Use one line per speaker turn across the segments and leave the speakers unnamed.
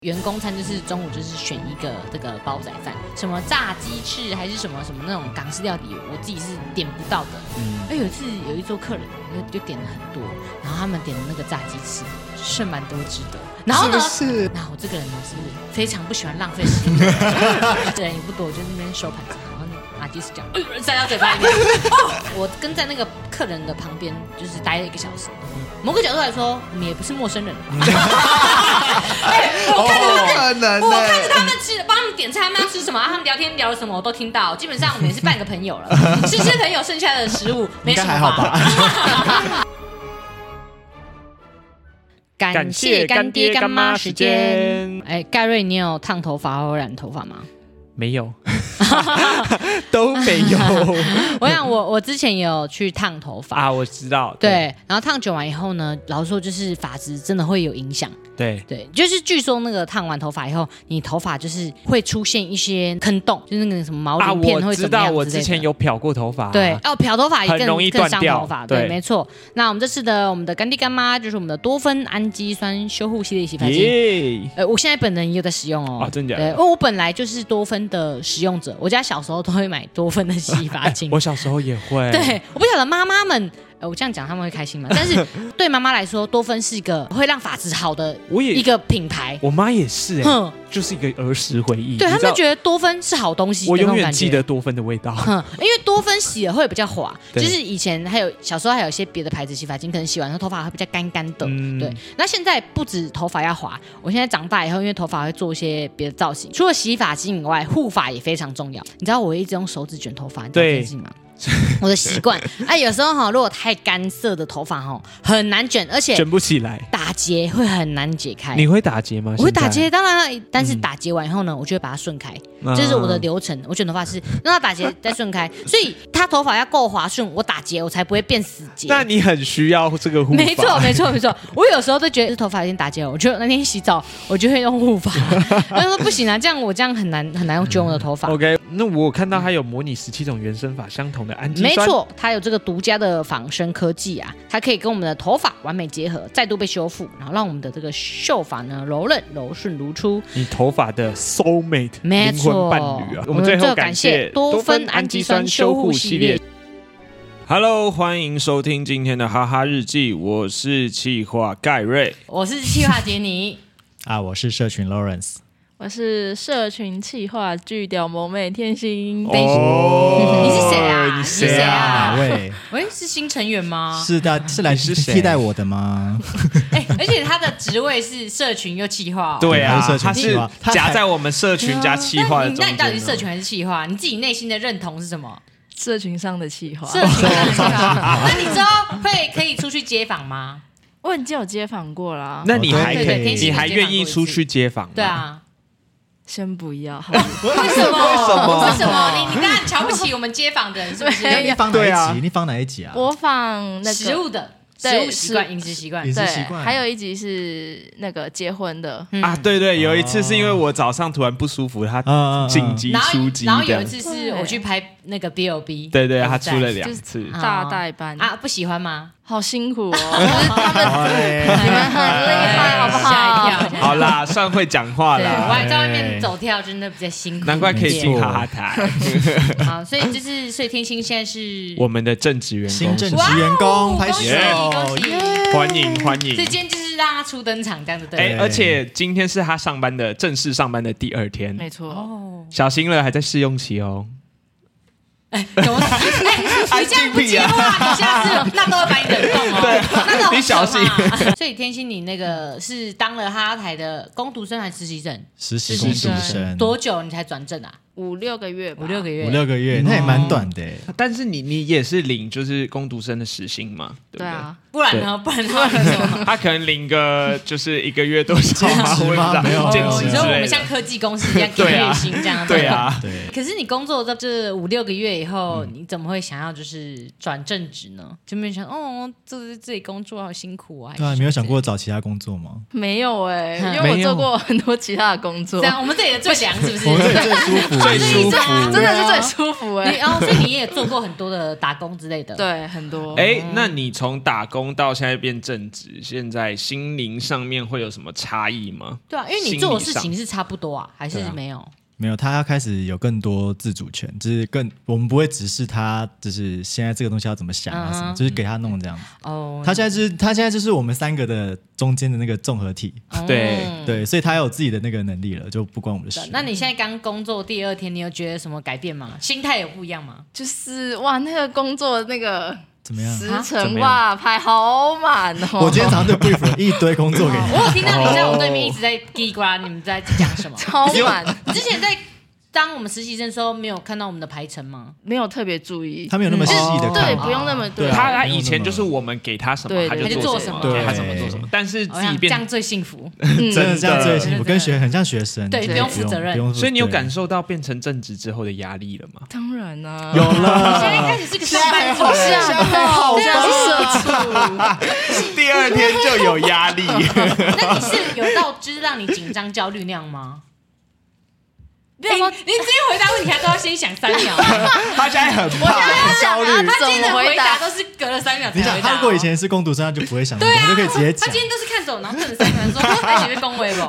员工餐就是中午就是选一个这个煲仔饭，什么炸鸡翅还是什么什么那种港式料理，我自己是点不到的。
嗯，
哎，有一次有一桌客人就就点了很多，然后他们点的那个炸鸡翅剩蛮多只的。然后呢？
是不是
那我这个人呢是非常不喜欢浪费食物的 人，人也不多，我就在那边收盘子，然后那阿迪斯讲，哎呦，塞到嘴巴里面。哦，我跟在那个客人的旁边，就是待了一个小时。某个角度来说，我们也不是陌生人。哎我看着他们
可能
我看
呢
着？他们吃，帮他们点菜，他们要吃什么，他们聊天聊什么，我都听到。基本上我们也是半个朋友 了，吃吃朋友剩下的食物没
应
什
该还
么
好吧？
感谢干爹干妈时间
间。
哎，盖瑞，你有烫头发或染头发吗？
没有，都没有
我想我我之前也有去烫头发。
啊！我知道，
对，然后烫久完以后呢，老实说就是发质真的会有影响。
对，
对，就是据说那个烫完头发以后，你头发就是会出现一些坑洞，就是那个什么毛
啊，
鳞哦片
我
会
知
怎么
道，
样之类的、
我之前有漂过头发，啊
对，哦，漂头发也更
很容易
更
断
伤
掉
头发，对，
对
没错。那我们这次的我们的干爹干妈就是我们的多酚氨基酸修护系列洗发精。
耶，
呃，我现在本人也有在使用哦。
啊真假的
对，因为我本来就是多酚的使用者，我家小时候都会买多酚的洗发精。
我小时候也会，
对，我不晓得妈妈们，呃，我这样讲他们会开心吗？但是对妈妈来说，多酚是一个会让发质好的
我也
一个品牌。
我妈也是、欸，
哼，
就是一个儿时回忆。
对
你
他
知道
们觉得多酚是好东西，
我永
那种
远
感
记
觉
得多芬的味道。
哼，因为多芬洗了会比较滑，就
对
是以前还有小时候还有一些别的牌子洗发精，可能洗完后头发会比较干干的。
嗯
对，那现在不止头发要滑，我现在长大以后，因为头发会做一些别的造型，除了洗发精以外，护发也非常重要。你知道我一直用手指卷头发，你知道这件事情吗？我的习惯， 哎，有时候哈，如果太干涩的头发哈，很难卷，而且
卷不起来。
打结会很难解开。
你会打结吗？
哎我会
现在
打结，，当然，但是
嗯
打结完以后呢，我就会把它顺开。
嗯
这是我的流程。我卷头发是 让它打结再顺开，所以它头发要够滑顺，我打结我才不会变死结。
那你很需要这个护发。
没错，没错，没错。我有时候都觉得头发有点打结了，我就那天洗澡，我就会用护发。 他说不行啊，这样我这样很难很难用卷我的头发。
OK，那我看到它有模拟十七种原生法相同的氨基
没
酸，，
错，它有这个独家的仿生科技啊，它可以跟我们的头发完美结合，再度被修复，然后让我们的这个秀发呢柔韧、柔顺如初。
你头发的 soul mate
没
灵魂
错，
伴侣啊。我们最后感谢
多酚氨基酸修护系列。。
Hello，欢迎收听今天的哈哈日记，我是气化盖瑞。
我是气化杰尼。
啊，我是社群 Lawrence，
我是社群企划巨屌萌妹天心，
哦
你是谁啊
你
谁
谁
啊
哪位？
喂，是新成员吗？
是的，是来
你是谁
替代我的吗？
哎、 而且他的职位是社群又企划、哦。
对啊
还是社，群
他是
企划他还
夹在我们社群加气化
那
的
你
中
那你
间哦。
到底是社群还是企划？你自己内心的认同是什么？
社群上的企划。
社群还是企划？ 那你之后会可以出去街访吗？
我已经有街访过啦，
那你
哦
还
对
可
对
以，
天气
你还愿意出去街访？
对，啊，
先不要。
为什么？为
什么
什么？你你刚刚瞧不起我们街访的人是不 是？
那你放哪
对
一
啊
集？你放哪一集啊？
模仿哎那个
食物的食
对
物习惯、饮食习惯
饮。食
对
习惯，，
还有一集是那个结婚的，
嗯
啊，，对对，有一次是因为我早上突然不舒服，他
嗯嗯嗯
紧急
然后
出击
然后有
的
一，次是我去拍那个 B O B，
对对，他出了两
就是
次。
大代班，
啊，不喜欢 吗？
好辛苦哦，就是他们
哎
你们很厉害，好不
吓一
好？
跳。
好啦，算会讲话
对，我
啦，
还在外面走跳，真的比较辛苦。
难怪可以
没
进
错
哈哈台。
好，所以就是，所以天心现在是
我们的正职员
新
工，
正
哇
职员
哦
工，拍手
恭喜哦恭喜！！
欢迎欢迎
所以。今天就是让他初登场这样子，对
哎，
了。
而且今天是他上班的正式上班的第二天，
没错，
哦，
小心了，还在试用期哦。
怎么？ 哎，你这样不接话，你下次那都会把你冷冻哦。 对，那都
啊你小心。
所以天心，你那个是当了哈哈台的工读生还是实习生？
实习
实
工
习
读
生
生，
多久你才转正啊？
五六个月吧，
五六个月。
五六个月，
嗯
那也蛮短的欸。
但是你你也是领就是工读生的时薪嘛，对不
对
对？
啊，
不然呢？不然他们怎么？
他可能领个就是一个月多少 嘛，
兼
我
职
也不知
吗
道
没 有
兼
没有
职
哦你
之
说我们
类的。
像科技公司一样给
对啊
月薪这样？
对。啊，
对，
可是你工作到这五六个月以后，你怎么会想要就是转正职呢？就没有想哦，这是自己工作好辛苦啊。
对啊，没有想过找其他工作吗？
没有哎、
嗯
因为
没
我
有
做过很多其他的工作
这，样，我们这里的最凉是不是
我？们这里最舒服
最
这一
舒
阵
服。
真的是最舒服哎、
你哦，所以你也做过很多的打工之类的。，
对，很
哦
多。
哎，那你从打工到现在变正职，现在心灵上面会有什么差异吗？
对啊，因为你做的事情是差不多啊，还是没有？
没有，他要开始有更多自主权，就是更我们不会只是他，就是现在这个东西要怎么想啊什么，
嗯哼
就是给他弄这样。
哦，
他现在就是他现在就是我们三个的中间的那个综合体，
哦
对
对，所以他有自己的那个能力了，就不关我们的事。
那你现在刚工作第二天，你有觉得什么改变吗？心态有不一样 吗？
就是哇，那个工作那个
怎么样？啊
时
怎
辰
么样
哇，排好满哦。？
我今天早上就 brief 了一堆工作给你，
我有听到你在我对面一直在叽呱，你们在讲什么
超满，
你之前在当我们实习生的时候，没有看到我们的排程吗？
没有特别注意，
他没有那么细
哦
的
对
看，
不用那么多
对啊
他他以前就是我们给他什么
对
他
对
就做什么，
对
给他什么做什么，但是
好
自
像
己
这
变
样最幸 福。
嗯
真的这样最辛
真的
苦，跟学很像学生，
对
就是
不用负责任
不用负
所以你有感受到变成正职之后的压力了吗？
当然啊啦、
对有了，
现在 开始是个上班族，
是啊，好像是社畜，
第二天就有压力，
那你是有到就是让你紧张焦虑那样吗？你你直接回答问题，还都要先想三 秒。
他现在很怕
焦虑
他今天的
怎么
回
回
答
答？
都是隔了三秒才
你
回答哦。
想，他如果以前是攻读生，他就不会想那么
对
多，
啊，
他就可以直接
他
讲
今。天都是看走，然后看着三秒说：“哎，你被恭维不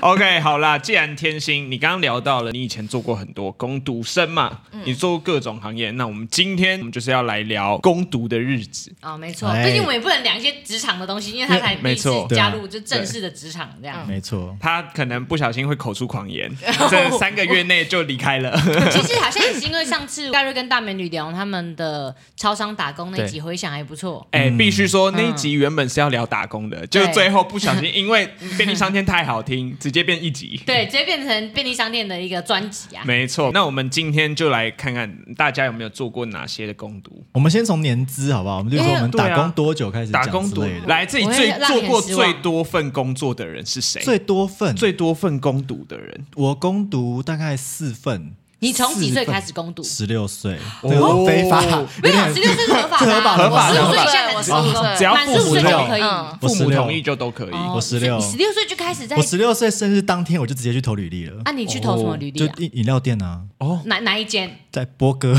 OK，好啦，既然天心，你刚刚聊到了，你以前做过很多攻读生嘛，你做过各种行业，那我们今天我们就是要来聊攻读的日子。？”
哦，没错，
哎
毕竟我们也不能聊一些职场的东西，因为他才第
没
一次
错
加入就正式的职场这样。
没错，
他可能不小心会口出狂言，这三个月内就离开了。
其实好像也是因为上次盖瑞跟大美女聊他们的超商打工那集，回想还不错。
哎、必
嗯
须说那一集原本是要聊打工的，就最后不小 心因为便利商店太好听，直接变一集。
对，直接变成便利商店的一个专辑啊！
没错，那我们今天就来看看大家有没有做过哪些的攻读，
我们先从年资好不好？我们就说我们
哎呀对
打
啊
工多久开始
打
讲
工
之
读
类的。
来自己
我
最
也让你
做
很
过
失望
最多份工作的人是谁？
最多份，
最多份攻读的人，
我攻读大概四份。
你从几岁开始攻读？
十六岁，
哦
这个非法，
没有啊
有，点
十六岁是合法
这
的
合法
啊，
的
我十
合
五
法
岁以
的
下才
我
是
十五岁
只要
满十五
父母
岁就可
同
以。
嗯
我
父母
16
同意就都可以。
哦
我16
你十六岁就开始在
我十六岁生日当天我就直接去投履历了，
啊？你去投什么履历
就
啊？
饮饮料店啊，
哪哪一间？
在波哥，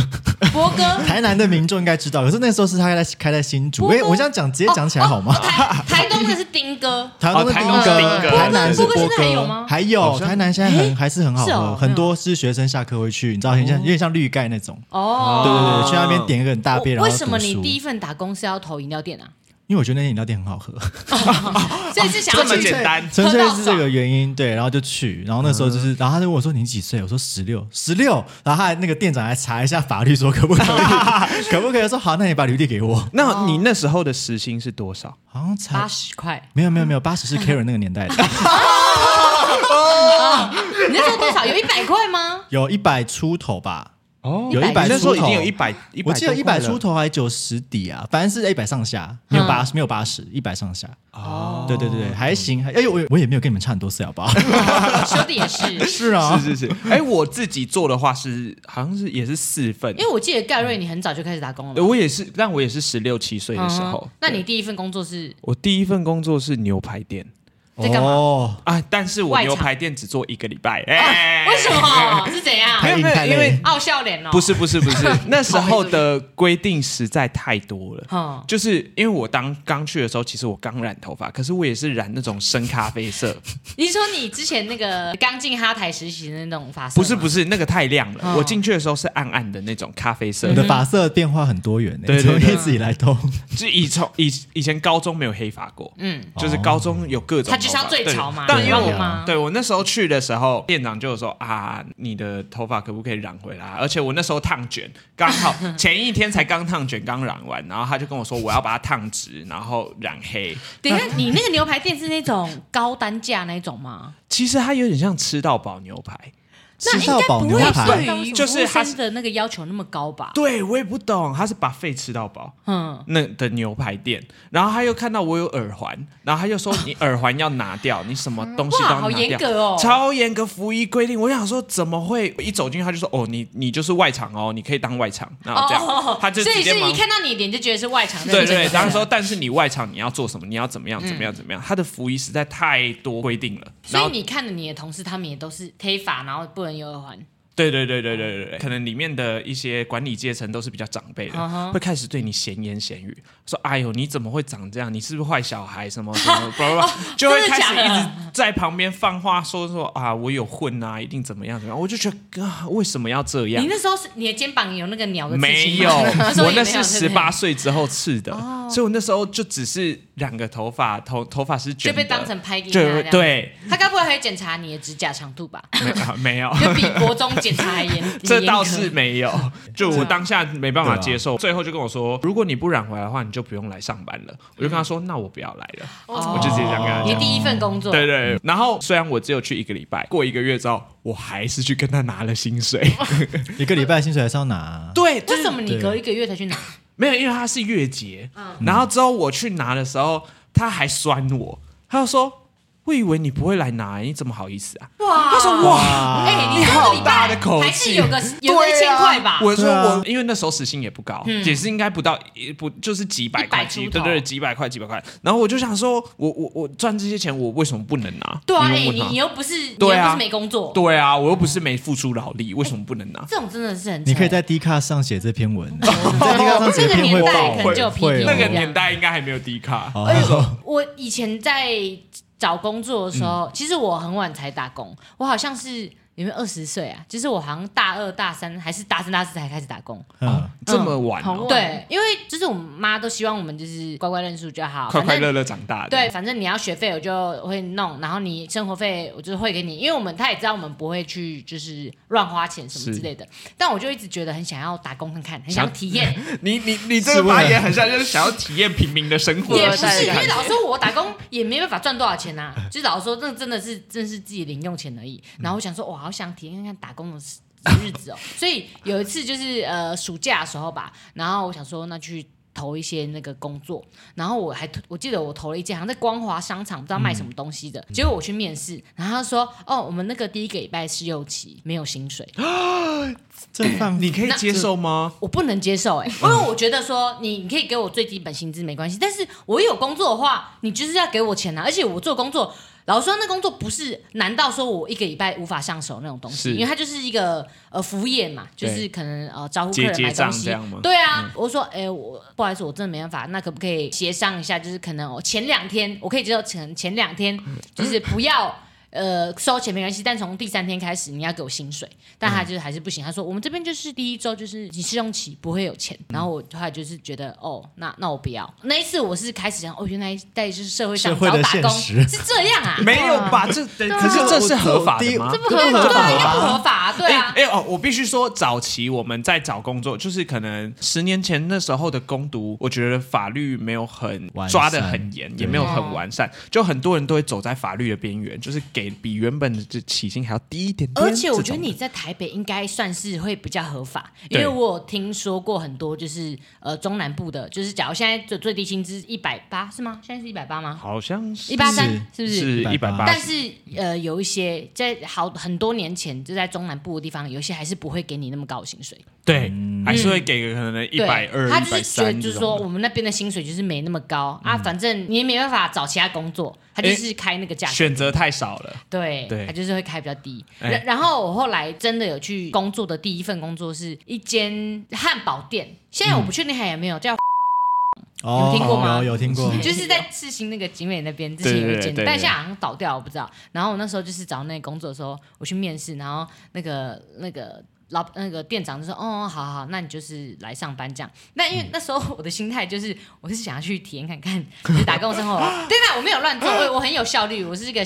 博哥。
台南的民众应该知道，可是那时候是他在开在新竹，
波哥
哎，我这样讲 直接讲起来好吗？
哦台东的是丁哥，
台湾的丁
哦台
哥，
湾的丁哥
台南是波
波哥现在还有吗
哥，还有台南现在很还是很好
是哦
喝，很多是学生下课会去，你知道，很像有点像绿盖那种，对
哦。
对对，去那边点一个很大杯，然后
为什么你
读书
第一份打工是要投饮料店啊？
因为我觉得那间饮料店很好喝，
所以是想
这
要
么
去
简单，
纯粹
喝到
是
爽嗯
这个原因，对，然后就去，然后那时候就是，然后他就问我说你几岁？我说十六，十六，然后他还那个店长还查一下法律，说 可不可以，可不可以？我说好，那你把履历给我，
哦
那你那时候的时薪是多少？
好像
八
才
十块，
没有没有没有，八十是 Karen 那个年 代的，
你那时候多少？有一百块吗？
有一百出头吧，
哦
有100
那时候已
出头
经有一百，100
我记得一
多块
百
了
出头还九十底啊，反正是在一百上下，没
嗯
有八、没有八十，一百上下。
哦，
对对对对，还行，还哎我也我也没有跟你们差很多岁，好不好？
说的也是，
是啊，
是是是。哎，我自己做的话是好像是也是四份
因，为我记得盖瑞你很早就开始打工了
对
嘛。
我也是，但我也是十六七岁的时候
嗯。那你第一份工作是
我第一份工作是牛排店
在干嘛
哦，
啊，但是我
外场哦
牛排店只做一个礼拜，哎，
为什？么？是怎样
没？有没有，
太硬太
因为
累
哎傲笑脸哦？
哎不，是不是不 是，那时候的规定实在太多了。
嗯，
就是因为我当刚去的时候，其实我刚染头发，可是我也是染那种深咖啡色，
你 是说你之前那个刚进哈台实习的那种发色？
不是不
是，
是那个太亮
哦
了。我进去的时候是暗暗的那种咖啡色
你，
嗯
的发色变化很多元呢、
对对
从
对
一直以来都
就以从以以前高中没有黑发过，
嗯，
就是高中有各种头发，
他就是要最潮嘛
对但因为
对
我
啊
嘛
对我那时候去的时候，店长就有说啊，你的头发可不可以染回来？啊而且我那时候烫卷，刚 好前一天才刚烫卷，刚染完，然后他就跟我说我要把它烫直，然后染黑。
等一下，你那个牛排店是那种高单价那一种吗？
其实它有点像吃到饱牛排，
那
吃到饱
应该
牛
不会
排。
对于
就是
服务
他
生的那个要求那么高吧？
对我也不懂，他是把肺吃到饱。
嗯，
那的牛排店，然后他又看到我有耳环，然后他就说你耳环要拿掉，你什么东西都
哇，
要
好
拿
严
掉。
格哦。
超严格服役规定，我想说怎么会？我一走进去他就说哦，你你就是外场哦，你可以当外场，然后这样，他就
哦所以
直接
是
忙
一。看到你脸就觉得是外场
对
认证
对，
的
然后说，但是你外场你要做什么？你要怎么样？怎么样？怎么样？他的服役实在太多规定了。然
嗯所以
后
你看了你的同事，他们也都是黑发，然后不能有耳环，
对对对对对对对，可能里面的一些管理阶层都是比较长辈的
嗯哼
会开始对你闲言闲语，说：“哎呦，你怎么会长这样？你是不是坏小孩？什么什么，blah
哦
blah blah，就会
真的
开始
假的
一直在旁边放话说说啊，我有混啊，一定怎么样怎么样。”我就觉得啊，为什么要这样
你？那时候是你的肩膀有那个鸟的刺
没
青
有，
吗时候
我
也
那
没有
是
对哦
十
不对
八岁之后刺的，所以我那时候就只是染个头发，头头发是
就
卷的，
被当成拍给啊
就
他。，
对，
他该不会还会检查你的指甲长度吧？
没啊没有，
就比国中检查还严
，这
严
倒
格
是没有， 就
啊
我当下没办法接受，最后就跟我说，如果你不染回来的话，你就不用来上班了。我就跟他说，那我不要来了，
哦
我就直接这样跟他
你
讲。
第一份工作，
对对，对然后虽然我只有去一个礼拜，过一个月之后，我还是去跟他拿了 薪水。
一个礼拜薪水还是要拿，
对，就是
为什么嗯你隔一个月才去拿？
没有，因为他是月结，然后之后我去拿的时候，他还酸我，他就说：“我以为你不会来拿，你怎么好意思啊？”
哇！
他说：“哇。”
哎，你
你
这个
好
礼
大
拜
的口气，
还是有个有个一
对
千
啊
块吧？
我说
对啊
我，因为那时候时薪也不高，
嗯
也是应该不到一不就是几百
一
块，
百
几
出
对
头
对对几百块几百块。然后我就想说，我我我赚这些钱，我为什么不能拿？
对啊，哎，
你有
你
没有
你
问他
又不是你又
对啊
不是没工作，
对啊，我又不是没付出劳力，为什么不能 拿？
这种真的是很扯。
你可以在 D 卡上写这 篇文，在 D 卡上写
这个
篇
年
会
代
爆
可能就有
会
PPT
那个
哦
年代应该还没有低卡，
啊
哎
哦，
我以前在找工作的时
嗯
候，其实我很晚才打工，我好像是有没有二十岁啊？就是我好像大二、大三还是大三、大四才开始打工。
嗯，
这么晚
好
哦，
晚
对，因为就是我妈都希望我们就是乖乖认输就好，
快快
反正
乐乐长大的。
对，反正你要学费我就会弄，然后你生活费我就会给你，因为我们他也知道我们不会去就是乱花钱什么
是
之类的，但我就一直觉得很想要打工看看，很
想
想体验，
你你你这个
是为了
发言很像就是想要体验平民的生活，
也不
我
是
也
因
是
为老实说我打 工也没办法赚多少钱呐、就是老实说，那真的是真的是自己零用钱而已。然后我想说，我好想体验看看打工的日日子 哦，所以有一次就是呃暑假的时候吧，然后我想说那去。投一些那个工作，然后我还我记得我投了一件，好像在光华商场，不知道卖什么东西的。结果我去面试，然后他说：“哦，我们那个第一个礼拜试用期，没有薪水。”
这犯
你可以接受吗？
我不能接受 哎、因为我觉得说你你可以给我最基本薪资没关系，但是我有工作的话，你就是要给我钱啊！而且我做工作，老实说，那工作不是难道说我一个礼拜无法上手那种东西，
是
因为它就是一个呃服务业嘛，就是可能呃招呼客
结
人
结
买
账
东西
这样吗
对啊，我说哎、我不好意思，我真的没办法，那可不可以协商一下？就是可能我哦前两天我可以接受前前两天就是不要。呃，收钱没关系，但从第三天开始你要给我薪水，但他就是还是不行。他说我们这边就是第一周就是你试用期不会有钱，然后我后来就是觉得哦，那那我不要。那一次我是开始想哦，原来在就是社会上
社会
找
的
打
现
工
实
是这样啊，
没有吧？这可是这是合法的吗？
这
不合法，对啊，
这不
应
合
该
法
不合法啊，对啊。
哎、哎哦，我必须说，早期我们在找工作，就是可能十年前那时候的攻读，我觉得法律没有很
完善
抓的很严，也
对
没有
哦
很完善，就很多人都会走在法律的边缘，就是给比原本的起薪还要低一点点。
而且我觉得
这种
你在台北应该算是会比较合法，因
对
为我有听说过很多就是呃中南部的，就是假如现在最最低薪资一百八是吗？现在是一百八吗？
好像是
一八三
是
是不
是一百八
但
十，
是呃，有一些在好很多年前就在中南部的地方，有一些还是不会给你那么高的薪水，
对，还是会给个可能一
对
百二、
他
一
就是觉
百
得
三
就
这
是说
种的。嗯
我们那边的薪水就是没那么高、啊，反正你也没办法找其他工作，他就是开那个价格，
选择太少了，
对，
对
他就是会开比较低。
哎
然然后我后来真的有去工作的第一份工作是一间汉堡店，现在我不确定还有没
嗯
有叫
哦
有听过吗
有有听过，
就是在世新那个景美那边之前有一
对对
间
对对，对
但现在好像倒掉，我不知道。然后我那时候就是找那个工作的时候，我去面试，然后那个那个老那个店长就说：“哦，好好，那你就是来上班这样。”那因为那时候我的心态就是，我是想要去体验看看就是打工生活。对啦，我没有乱做，我我很有效率，我是一个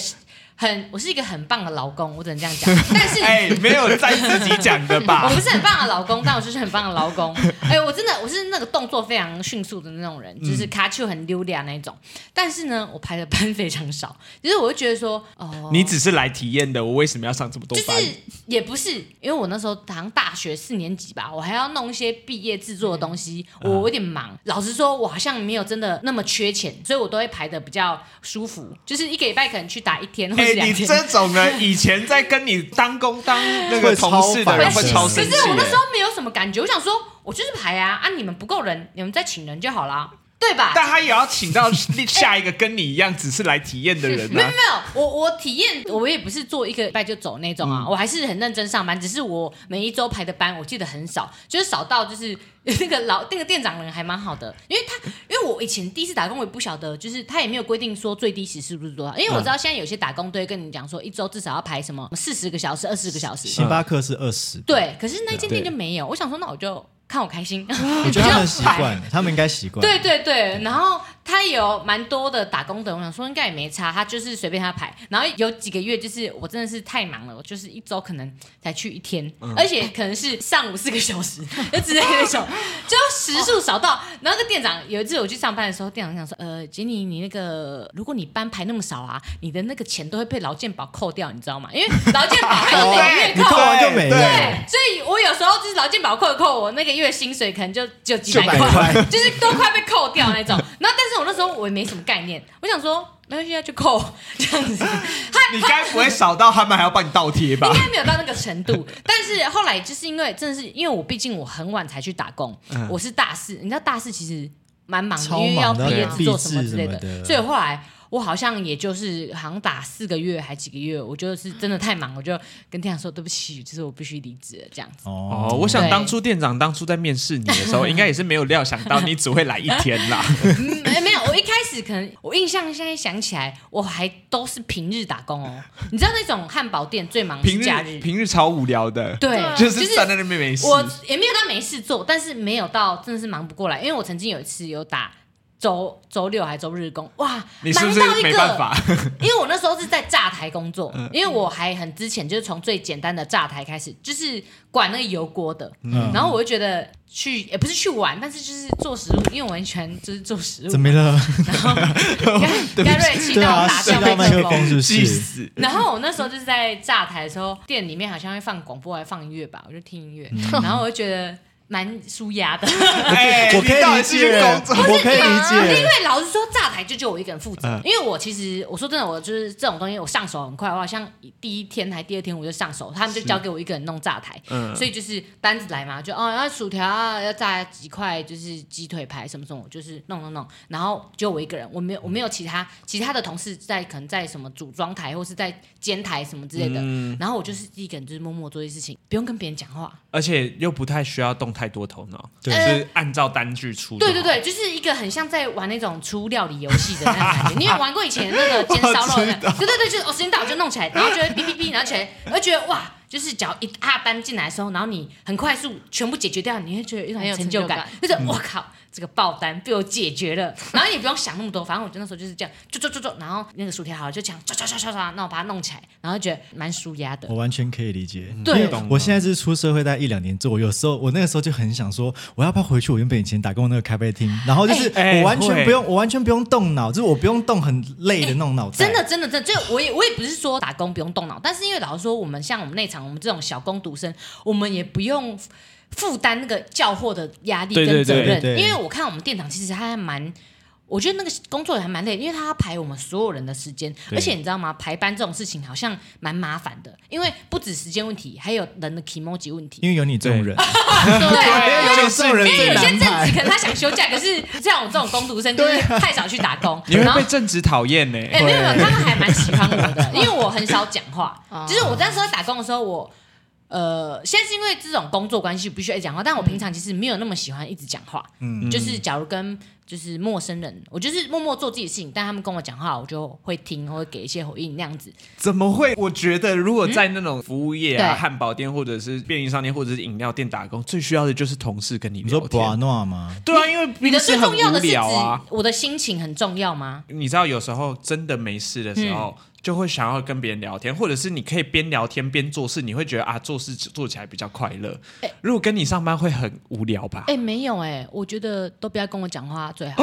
很我是一个很棒的劳工，我只能这样讲。但是
哎、没有在自己讲的吧
我？不是很
啊
棒的老公，但我就是很棒的老公。哎、我真的我是那个动作非常迅速的那种人，
嗯
就是卡丘很溜达那一种。但是呢，我排的班非常少，就是我就觉得说，哦，
你只是来体验的，我为什么要上这么多
就是
班？
也不是，因为我那时候好像大学四年级吧，我还要弄一些毕业制作的东西，
嗯
我有点忙。老实说，我好像没有真的那么缺钱，所以我都会排的比较舒服，就是一个礼拜可能去打一天或
哎、
者两
你
天。
这种人以前在跟你当工当那个同事的人会
会
超
超
生
烦
气
可是我那啊
的。
时候没有什么感觉，我想说，我就是排啊，啊你们不够人，你们再请人就好啦。对吧？
但他也要请到下一个跟你一样只是来体验的人
没有
啊
没。有，我我体验，我也不是做一个礼拜就走那种啊，
嗯
我还是很认真上班，只是我每一周排的班，我记得很少，就是少到就是 那个老那个店长人还蛮好的，因为他因为我以前第一次打工，我也不晓得，就是他也没有规定说最低时是不是多少，因为我知
嗯
道现在有些打工都会跟你讲说一周至少要排什么四十个小时、二十个小时，
星巴克是二十，
对，可是那间店
对
就没有，我想说那我就看我开心，
我
我
觉得他们习惯，他们应该习惯。
对对对，然后他有蛮多的打工的，我想说应该也没差，他就是随便他排。然后有几个月就是我真的是太忙了，我就是一周可能才去一天，而且可能是上午四个小时 就之类的那种，就时数少到。然后那个店长有一次我去上班的时候，店长想说，呃，杰尼你那个如果你班排那么少啊，你的那个钱都会被劳健保扣掉，你知道吗？因为劳健保还有每
你
月
扣
扣。
完就没
对
了，
所以我有时候就是劳健保扣一扣，我那个月薪水可能就就几百
就百
块
块，
就是都快被扣掉那种。 然后，但是我那时候我也没什么概念，我想说没关系啊，就扣这样 子。
你该不会少到他们还要帮你倒贴吧
应？该没有到那个程度。但是后来就是因为真的是因为我毕竟我很晚才去打工，我是大四，你知道大四其实蛮忙的，
嗯超
因为要
忙
毕
的
业
对啊
制作什么之类的，
毕制什么的
所以后来。我好像也就是好像打四个月还几个月，我就是真的太忙，我就跟店长说对不起，就是我必须离职了这样子。
哦
哦，我想当初店长当初在面试你的时候，应该也是没有料想到你只会来一天 啦。
嗯哎没有，我一开始可能我印象现在想起来，我还都是平日打工 哦。你知道那种汉堡店最忙是
平
假
日平日超无聊的，
对，
啊就是站在那边没事。
我也没有到没事做，但是没有到真的是忙不过来，因为我曾经有一次有打周周六还周日工，哇，
你是不是
忙到一个
没办法？ 嗯
因为我那时候是在炸台工作，因为我还很之前就是从最简单的炸台开始，就是管那个油锅的，
嗯
然后我就觉得去也不是去玩，但是就是做食物，因为我很喜欢就是做食物
怎，么了？
该该瑞气
对
到
啊，
打
吸
掉
到麦
麦克
克
风
风。是不
气
是？
死！
然后我那时候就是在炸台的时候，店里面好像会放广播，还放音乐吧，我就听音乐，
嗯
然后我就觉得蛮舒压的。
哎
我可以
你到
理
底是去
解，
工作
我可以理
啊因
解。嗯
为老实说，炸台就只有我一个人负责，因为我其实我说真的，我就是这种东西，我上手很快，我好像第一天还第二天我就上手，他们就交给我一个人弄炸台，
嗯
所以就是单子来嘛，就哦要薯条啊，要炸几块，就是鸡腿排什么什么，我就是弄弄弄，然后就我一个人，我没有我没有其他其他的同事在可能在什么组装台或是在煎台什么之类的，
嗯
然后我就是一个人就是默默做这些事情，不用跟别人讲话，
而且又不太需要动太多头脑，就
对
是按照单据出。
对对，对，就是一个很像在玩那种出料理游戏的那种感觉。你有玩过以前那个煎烧肉的那？对对对，就是哦，时间到我就弄起来，然后就会哔哔哔，然后起来，然后觉得哇，就是只要一大单进来的时候，然后你很快速全部解决掉，你会觉得一种
很有
成就感就
成，
是我靠，这个爆单被我解决了，然后也不用想那么多，反正我就那时候就是这样，做做做做，然后那个薯条好了就这样，抓抓抓抓抓，那我把它弄起来，然后觉得蛮舒压的
我。完全可以理解，
对
因为我现在就是出社会大概一两年之后，我有时候我那个时候就很想说，我要不要回去我原本以前打工的那个咖啡厅，然后就是
哎
我完全
哎
不用，我完全不用动脑，就是我不用动很累的那种 脑袋，
真的，真的，真的，就我也我也不是说打工不用动脑，但是因为老实说，我们像我们内场，我们这种小工读生，我们也不用负担那个教货的压力
对
跟
对
责任，
对对对
因为我看我们店长其实他还蛮。我觉得那个工作也还蛮累，因为他要排我们所有人的时间，
对
而且你知道吗？排班这种事情好像蛮麻烦的，因为不止时间问题，还有人的 emoji 问题。
因为有你这种人，
对，
因为有你这种人
因为
最
有些
难
正 职
排。
可能他想休假，可是像我这种工读生就是太少去打工，
你
然
会
后
被正直讨厌 呢。
哎、没有没有，他们还蛮喜欢我的，因为我很少讲话
哦。
就是我那时候打工的时候，我呃，现在是因为这种工作关系不需要一直讲话，但我平常其实没有那么喜欢一直讲话。嗯，就是假如跟就是陌生人，我就是默默做自己的事情，但他们跟我讲话，我就会听，或者给一些回应那样子。
怎么会？我觉得如果在那种服务业啊、
对
汉堡店或者是便利商店或者是饮料店打工，最需要的就是同事跟你
你说
聊
布阿
天。
诺吗？
对啊，因为
你
平
的
时
最
很
重要
无
的是指
聊啊。
我的心情很重要吗？
你知道，有时候真的没事的时候，就会想要跟别人聊天，或者是你可以边聊天边做事，你会觉得啊，做事做起来比较快乐。如果跟你上班会很无聊吧？
哎、没有哎、我觉得都不要跟我讲话最好。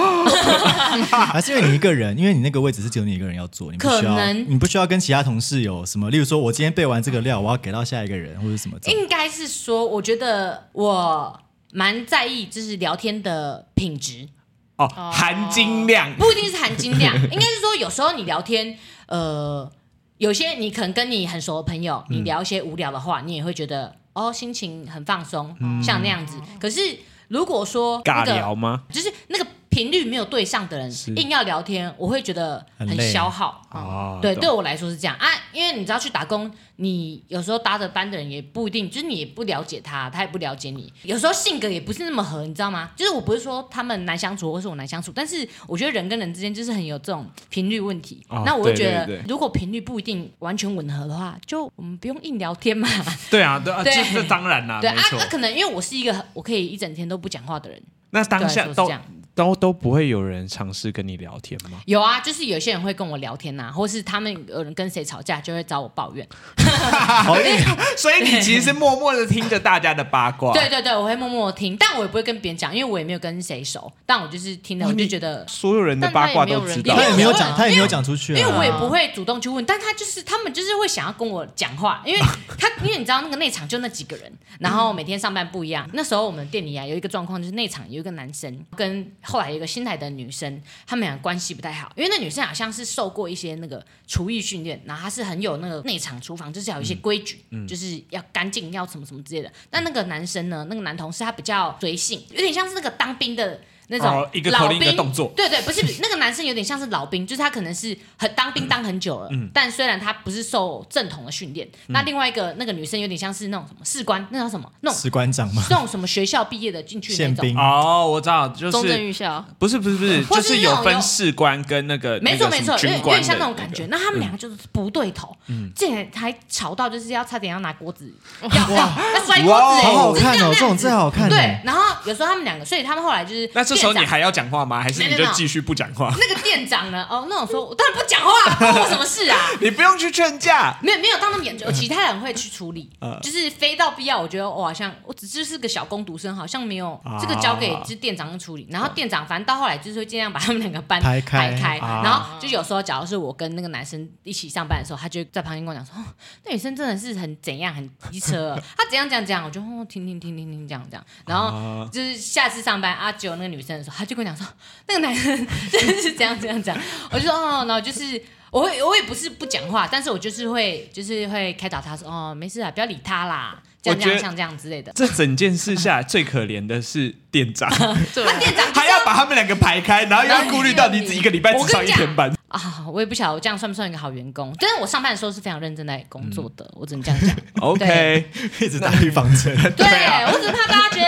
还是因为你一个人，因为你那个位置是只有你一个人要做，你不需
可
要，
能
你不需要跟其他同事有什么，例如说我今天背完这个料，我要给到下一个人或者什么这种。
应该是说，我觉得我蛮在意就是聊天的品质。
哦，含金量。
不一定是含金量，应该是说有时候你聊天，呃，有些你可能跟你很熟的朋友，
嗯
你聊一些无聊的话，你也会觉得哦，心
嗯
情很放松，像那样子。可是如果说那
尬
个
聊吗？
就是那个频率没有对上的人
是
硬要聊天，我会觉得
很
很
累
消耗。
哦
对，
懂
对我来说是这样啊，因为你知道去打工，你有时候搭的班的人也不一定，就是你也不了解他，他也不了解你，有时候性格也不是那么合，你知道吗？就是我不是说他们难相处，或是我难相处，但是我觉得人跟人之间就是很有这种频率问题。
哦
那我就
对
觉得，
对对
如果频率不一定完全吻合的话，就我们不用硬聊天嘛。
对啊，对啊，
对
这这当然啦，
对
没
啊，
错
那。可能因为我是一个我可以一整天都不讲话的人，
那当
对
下
我来说是
都
这样。
都都不会有人尝试跟你聊天吗？
有啊，就是有些人会跟我聊天呐、啊或是他们有人跟谁吵架，就会找我抱怨。
好硬，
所以你其实是默默的听着大家的八卦。
对，对对，我会默默地听，但我也不会跟别人讲，因为我也没有跟谁熟，但我就是听了，
哇
我就
你
觉得。
所有人的八卦都知道
但
他
也
也
没
没
有
有
人
讲，他也没有讲出去
因
啊。
为我也不会主动去问，但他就是他们就是会想要跟我讲话， 因为他因为你知道那个内场就那几个人，然后每天上班不一样。那时候我们店里啊有一个状况，就是内场有一个男生跟后来有一个新来的女生，他们俩关系不太好，因为那女生好像是受过一些那个厨艺训练，然后她是很有那个内场厨房，就是要有一
嗯
些规矩，就是要干净，要什么什么之类的。但那个男生呢，那个男同事他比较随性，有点像是那个当兵的。那种
哦一个口
老
令一个
兵
动作
对对，不是不是那个男生有点像是老兵，就是 他可能是很当兵当很久了，
嗯
但虽然他不是受正统的训练，那另外一个那个女生有点像是那种什么士官，那叫什么那种
士官长 嘛，
那种什么学校毕业的进去的
宪
那种
兵。
哦，我知道，就
中正
是
预校，
不是不是不是，
或
就是是有分士官跟那个，
没错
那
没
个什
错
么，
有
军
点有点
官
像
的
那种感
嗯
觉。那他们两个就是不对头，竟然还吵到就是要差点要拿锅子要要要摔锅
哇
子，
哦
哎
好好
就是
看
样
哦，这种
子
最好看的。
对，然后有时候他们两个，所以他们后来就是
那这时候
店
你
长
还要讲话吗？还是你
没
就
有没有
继续不讲话？
那个店长呢？哦，那种说我当然不讲话，关我什么事啊？
你不用去劝架。
没有没有到那么严重，其他人会去处理，就是非到必要，我觉得我好像我只是个小攻读生，好像没有这个交给就是店长处理。然后店长反正到后来就是会尽量把他们两个班
排开
啊
然后就有时候假如是我跟那个男生一起上班的时候，他就在旁边跟我讲说，哦，那女生真的是很怎样很机车啊，他怎样怎样怎样，我就哦听听听听听这样这样。然后就是下次上班啊，只有那个女生的时候，他就跟我讲说，那个男 生真的是怎样怎样怎样，我就说哦，然后就是。我会，我也不是不讲话，但是我就是会，就是会开导他说，哦，没事啊，不要理他啦，这样这
我觉得
样像这样之类的。
这整件事下来，最可怜的是 店长，
对，
店长就是
还要啊把他们两个排开，然后又要顾虑到你只一个礼拜只上一天班。
啊，我也不晓得我这样算不算一个好员工，但是我上班的时候是非常认真在工作
嗯
的，我只能这样 讲。
OK，
一直打预防针。
对
啊
我只是怕大家觉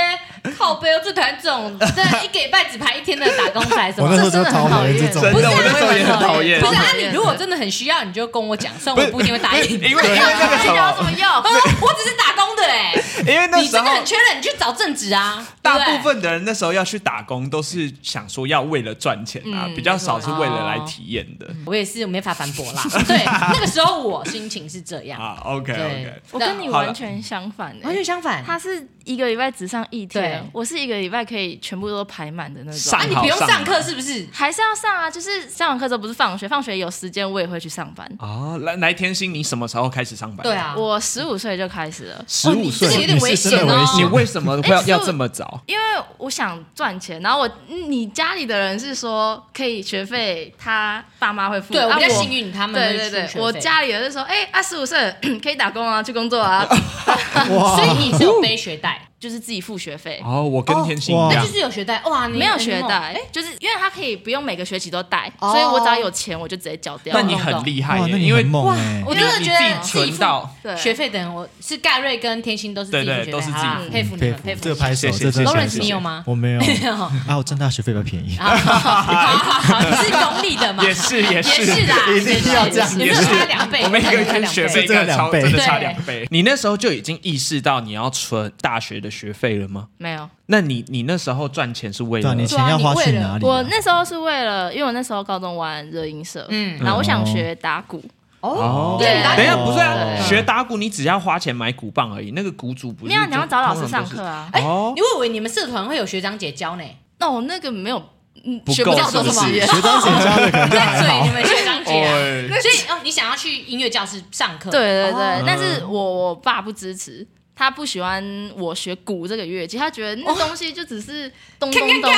得靠背，我最讨厌这种，这一个礼拜只排一天的打工仔什
我
么
那时
的。
候就讨厌这种，
真
不是
的，
啊
我那时候也很讨厌
不。是啊
讨，厌
你如果真的很需要，你就跟我讲，虽然我也不一定会答
不是
应
因
你。
为因为那个什
要
么，
怎么要
啊？我只是打工的哎、
因为那
你
时
真的
候
很缺人，你去找正职啊。
大
对
部
不对
分的人那时候要去打工，都是想说要为了赚钱啊，
嗯
比较少是为了来体验的
我也是没法反驳啦。 对，那个时候我心情是这样，
啊。OK
对
OK，，
我跟你
好了
完全相反
完
欸，
全相反。
他是一个礼拜只上一天
对，
我是一个礼拜可以全部都排满的那
上
种
啊，。你不用上课是不是？
还是要上啊，就是上完课之后不是放学，放学有时间我也会去上班。
啊，来来天星，你什么时候开始上班？
对，啊，
我十五岁就开始了，
十五
这个有
岁。
点危险
你是真的
哦
危。
你
险
为什么会要
哎15
要这么早？
因为我想赚钱。然后我你家里的人是说可以学费，他爸妈会付，
对我
啊
比较幸。运，他们
对
会
对
出学
对，
费
我家里人是说，哎、二十五岁 可以打工啊，去工作啊，
所以你是有背学 贷，
就是自己付学费，
哦，我跟天星
哦
一
那
样
就，是有学贷哇，你
没有
很
学
猛
贷，哎就是因为他可以不用每个学期都贷，
哦
所以我只要有钱我就直接缴掉。
那你很厉害
哇，
耶，
那你
因为
很猛哎！
我真的觉得
你自己存到
对
学费的人，我是盖瑞跟天心都是自己付
对对
学
都是
费，
自己嗯
好啦
付
佩服你
佩
们，
服
佩，服
这个拍手，这真的
Lawrence，
是
你有吗？
我没有啊
没有，好
啊，我正大学费比较便宜。
好好， 你是功利的嘛？
也是也
也
是
是啦，
一定要这样
也是
也是
差两倍，
我们一
真的
个
差
跟
两
学
倍
费应该超
这真的两倍
真的差
对
两倍。你那时候就已经意识到你要存大学的学费了吗？
没有，
那你你那时候赚钱是为
对啊，
了
你钱要花去哪里啊？
我那时候是为了，因为我那时候高中玩热音社，
嗯
嗯，
哦
然后我想学打鼓，
哦，
对
打
等一下
鼓
不是啊，
对
学打鼓你只要花钱买鼓棒而已，那个鼓组不是
没有，啊
就
你要找老师
通常
上
都是
课啊。
哎
哦，
你会以为你们社团会有学长姐 教呢？
那我那个没有，嗯，
不
学
够
到
是
东
不
西
是
耶。
学长姐教的可能就还
所以
好
你。们学长姐 啊，
哎
所以哦，你想要去音乐教室上课？
对对对，
哦
但是我我爸不支持，他不喜欢我学鼓这个乐器，他觉得那东西就只是咚咚咚，对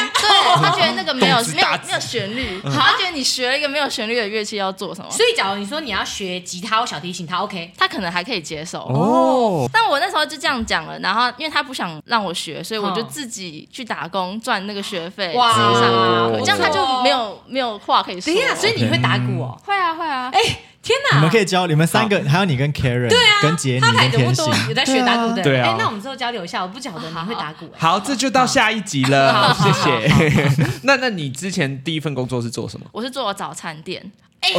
他觉得那个没有
动次
没有
打次
没有旋律，他觉得你学了一个没有旋律的乐器要做什么，
所以，假如你说你要学吉他或小提琴，他 OK，
他可能还可以接受。
哦，
但我那时候就这样讲了，然后因为他不想让我学，所以我就
嗯
自己去打工赚那个学费，
哇
自己上课
不
这样他
错哦
就没有没有话可以
等
说。
一下，所以你会打鼓哦？
会啊会啊，
哎，天哪！
嗯你们可以教你们三个，还有你跟 Karen，对
啊
跟杰尼
他还
跟
得不
天心
多，有在学打鼓的。
对啊
哎，那我们之后交流一下，我不晓得你会打鼓。哎
好，这就到下一集了，
好
谢谢。 那那你之前第一份工作是做什么？
我是做早餐店，
哎，
哎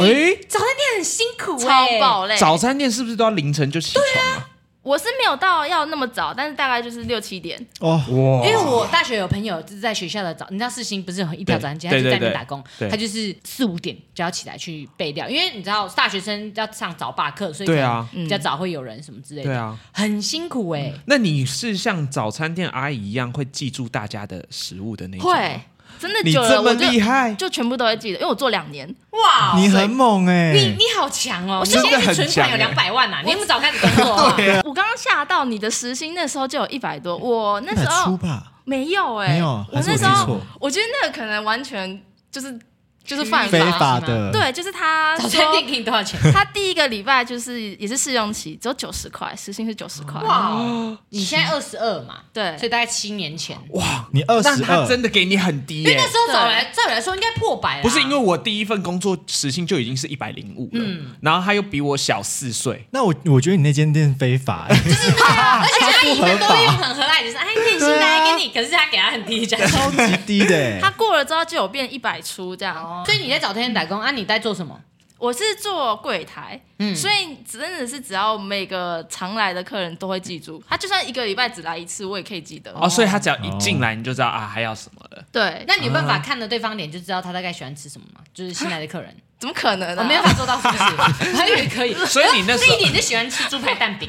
早餐店很辛苦，
超
哎
爆累。
早餐店是不是都要凌晨就起床啊？
我是没有到要那么早，但是大概就是六七点。
哦，
哇
因为我大学有朋友就是在学校的早，你知道世新不是有一条早餐街，他
对
就在那
对对
边打工，
对
他就是四五点就要起来去备料，因为你知道大学生要上早八课，所以
对啊
可能比较早会有人什么之类
对
的，
啊，
很辛苦哎。
那你是像早餐店阿姨一样会记住大家的食物的那一种吗
会，真的
你
久
这
了
么
我就
厉害，
就全部都会记得，因为我做两年，
哇
你很猛哎，
你你好强哦！你
真
现
的
在
很
存款
强
有两
哎
百万呐，你有没有早开始工作 啊？
我刚刚吓到你的时薪那时候就有一百多，我那
很
时
粗
候
吧？
没有哎、
没有
我
还是我
那时
记
候
错
我觉得那个可能完全就是就是犯
非
法，
法的，，
对，就是他
早
说
餐店给你多少钱？
他第一个礼拜就是也是试用期，只有九十块，时薪是九十块，
哇哦，你现在二十二嘛，
对
所以大概七年前，
哇，
你二
那
十
他
二，
真的给你很低
因为
耶、
那时候早来，照理来说应该破百了啊，
不是因为我第一份工作时薪就已经是一百零五了，
嗯
然后他又比我小四岁，
那我我觉得你那间店非法欸，
而且阿姨们都会用很和蔼，就是哎，念心
对啊
来 给你，可是他给他很低价。
超级 低的欸
他。过了之后就有变一百出这样。
所以你在早餐店打工啊？你在做什么？
我是做柜台，
嗯
所以真的是只要每个常来的客人都会记住，他就算一个礼拜只来一次，我也可以记得。
哦，所以他只要一进来你就知道啊，还要什么了。
哦
对，
那
那
你有办法看着对方脸就知道他大概喜欢吃什么吗？就是新来的 客人，
怎么可能、
我
啊？
哦没有办法做到，是不 是？我以为可以。
所以你那时
第
候
一点就喜欢吃猪排蛋饼，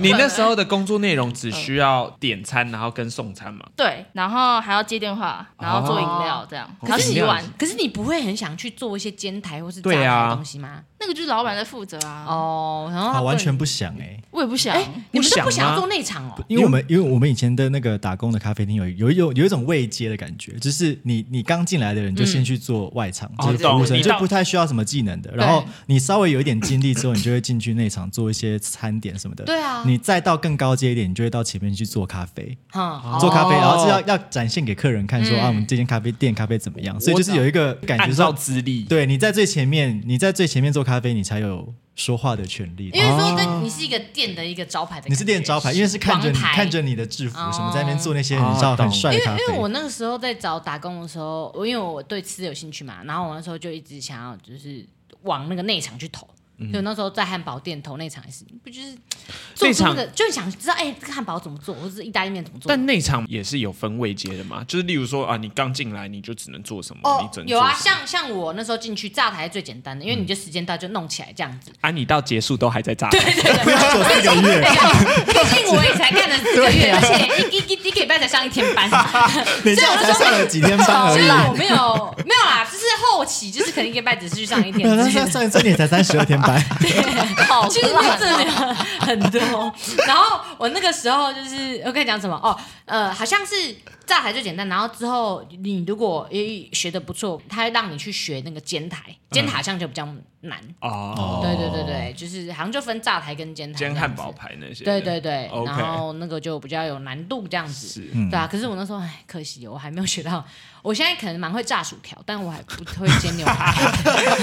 你那时候的工作内容只需要点餐，然后跟送餐嘛。
对，然后还要接电话，然后做饮料这样，
哦
然后洗碗
饮料，
可是你不会很想去做一些煎台或是炸
对啊
的东西吗？
那个就是老板在负责啊。
哦，然后
他完全不想哎，
我也不想，
哎，你们都
不
不
想
想
吗
要做内场哦？
因为我们因为我们以前的那个打工的咖啡厅有有有有一种未接的感觉，就是你你刚进来的人就先去做外场，
嗯
就是服务
哦懂
生，
你
就
到
不太需要什么技能的。然后你稍微有一点经历之后，你就会进去内场做一些餐点什么的。
对啊
你再到更高阶一点，你就会到前面去做咖啡，
嗯，
做咖啡，
哦
然后是要要展现给客人看说
嗯
啊，我们这间咖啡店咖啡怎么样。所以
我
就是有一个感觉
按
说
照，资历，
对你在最前面，你在最前面做咖啡，你才有说话的权利。
因为说这你是一个店的一个招牌的感觉，
哦你是练招牌，因为是看着你
王牌
看着你的制服
哦
什么在那边做那些
哦
你知道很帅
因
的
为
咖
因为我
啡。
那个时候在找打工的时候，我因为我对吃的有兴趣嘛，然后我那时候就一直想要就是往那个内场去投。
嗯
所以我那时候在汉堡店投内场也是，不就是做
内
出那
场
个，就想知道哎、这个汉堡怎么做，或者是意大利面怎么做？
但内场也是有分位阶的嘛，就是例如说啊，你刚进来你就只能做什么，你
哦
只，能
有啊，
做什
像
么
像我那时候进去炸台最简单的，因为
嗯
你就时间到就弄起来这样 子。
啊，你到结束都还在炸。
不要走四个 月，
毕竟我也才干了四个月，
啊
而且一一一一个礼拜才上一天班，
你这样才上了几天班而
所以啊我
已。
没有没有啦，就是后期就是可能一个礼拜只是去上一 天
那
之类
上
的。
上这年才三十二天 班，
好
其实
烂哦
真的没有很多。然后我那个时候就是我跟你讲什么哦，呃，好像是炸台最简单，然后之后你如果诶学的不错，他会让你去学那个煎台，煎台好像就比较难。
哦，
对对对对，就是好像就分炸台跟煎台。
煎汉堡。排那些
对
的。
对对，
OK
然后那个就比较有难度这样子
是，
对啊。可是我那时候，哎，可惜我还没有学到。我现在可能蛮会炸薯条，但我还不会煎牛排。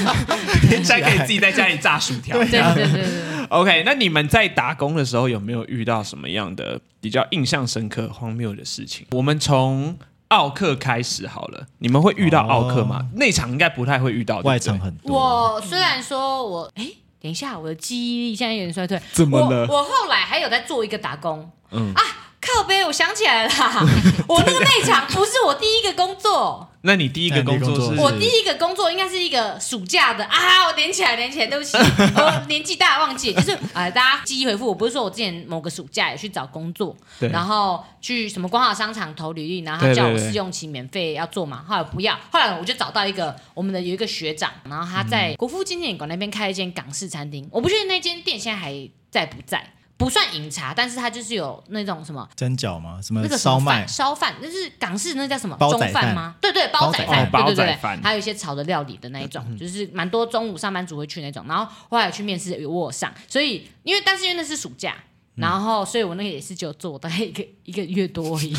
现在可以自己在家里炸薯条。
对对对对对，
OK，那你们在打工的时候有没有遇到什么样的比较印象深刻、荒谬的事情？我们从奥克开始好了，你们会遇到奥克吗？内场应该不太会遇到，对不对
哦外场很多。
我虽然说我哎。等一下，我的记忆力现在有点衰退。
怎么了嗯
我我后来还有在做一个打工，啊，靠背，我想起来了 啦，我那个内场不是我第一个工作，
那你第一个工作是
我第一个工作应该是一个暑假的啊，我连起来连起来，对不 起，我年纪大忘记，就是呃，大家记忆回复，我不是说我之前某个暑假也去找工作，
对
然后去什么光华商场投履历，然后他
对对
叫我
对
试用期免费要做嘛，后来不要，后来我就找到一个我们的有一个学长，然后他在国父纪念馆那边开了一间港式餐厅，我不确定那间店现在还在不在。不算饮茶，但是它就是有那种什么
蒸饺吗？什
那
么
个什么
呃烧麦
饭？烧饭，那是港式那叫什么
煲仔
中饭
饭
吗？对对，
煲
煲
仔嗯
仔饭，
哦煲
对对
仔
对
饭，
还有一些炒的料理的那一种，就是蛮多中午上班族会去那种。然后后来去面试，我有上，所以因为但是因为那是暑假。
嗯
然后，所以我那个也是就做大概一个一个月多 而已，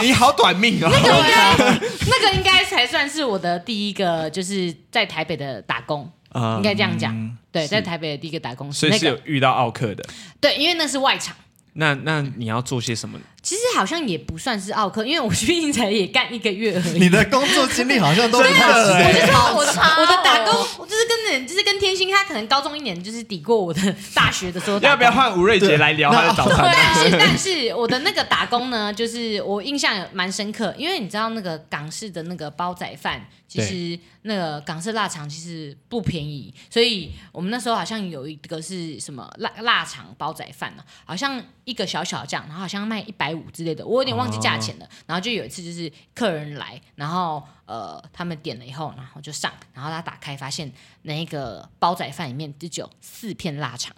你你好短命哦。
那个应该 那个应该才算是我的第一个，就是在台北的打工，
啊
应该这样讲。
嗯
对，在台北的第一个打工是
所以
那
是有
个，
遇到奥克的。
对，因为那是外场。
那那你要做些什么？
其实好像也不算是奥克，因为我去应材也干一个月而已。
你的工作经历好像都不
对
太
啊，
实
我就
在。
是我的
好
我的打
长哦
工，我就是跟人，就是跟天星，他可能高中一年就是抵过我的大学的时候。
要不要？换吴瑞杰来聊他的早餐？
但是但是我的那个打工呢，就是我印象也蛮深刻，因为你知道那个港式的那个煲仔饭，其实那个港式腊肠其实不便宜，所以我们那时候好像有一个是什么腊腊肠煲仔饭呢、啊好像一个小小这样，然后好像卖一百五之类的，我有点忘记价钱了。然后就有一次就是客人来，然后呃他们点了以后，然后就上，然后他打开发现那个煲仔饭里面就只有四片腊肠。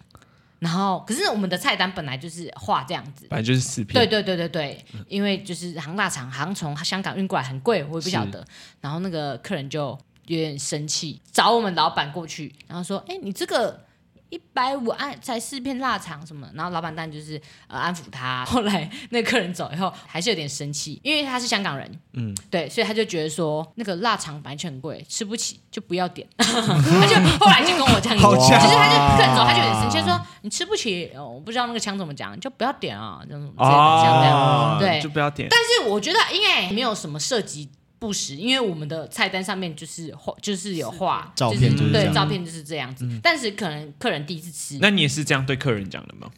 然后，可是我们的菜单本来就是画这样子，
反正就是四片嗯
对。对对对对，因为就是行腊肠，好像从香港运过来很贵，我也不晓得。然后那个客人就有点生气，找我们老板过去，然后说：“哎，你这个一百五按才四片腊肠什么？”然后老板当然就是呃安抚他。 后来那个客人走以后，还是有点生气，因为他是香港人，嗯，对，所以他就觉得说那个腊肠本来就很贵，吃不起就不要点。他就后来就跟我这样讲，
好啊
就
呛
是他就客人走，他就有点生气，他说：“你吃不起，哦我不知道那个腔怎么讲，就不要点啊，这样子这样这样。”
哦
对
就，不要点。
但是我觉得应该也没有什么涉及不实，因为我们的菜单上面就是画，就是有画
照片
就
就是这
对，
样
照片就是这样子。但是可能客人第一次吃，
那你也是这样对客人讲的吗？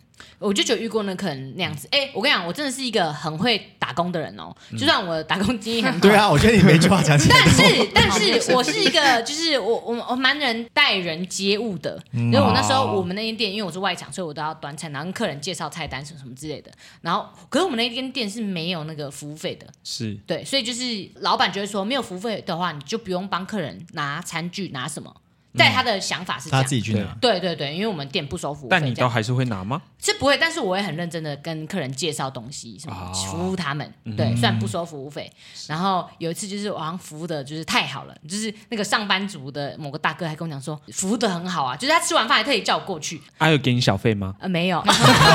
我就觉得遇过那客人那样子。哎、我跟你讲，我真的是一个很会打工的人哦，就算我打工经验 很
对啊，我觉得你每句话讲 起来
但
都，
是，但是我是一个，就是我我我蛮能待人接物的，
嗯
因为我那时候我们那间店，因为我是外场，所以我都要端菜，然后跟客人介绍菜单什么什么之类的。然后，可是我们那间店是没有那个服务费的，
是
对，所以就是老板就会说，没有服务费的话，你就不用帮客人拿餐具拿什么。在他的想法是这
他
样，
自己去拿。
对对对，因为我们店不收服务费这样，
但你都还是会拿吗？
是不会，但是我会很认真的跟客人介绍东西，什么
哦
服务他们，对，虽然不收服务费。然后有一次就是我好像服务的就是太好了，就是那个上班族的某个大哥还跟我讲说服务的很好啊，就是他吃完饭还特意叫我过去，
还有给你小费吗？
呃，没有，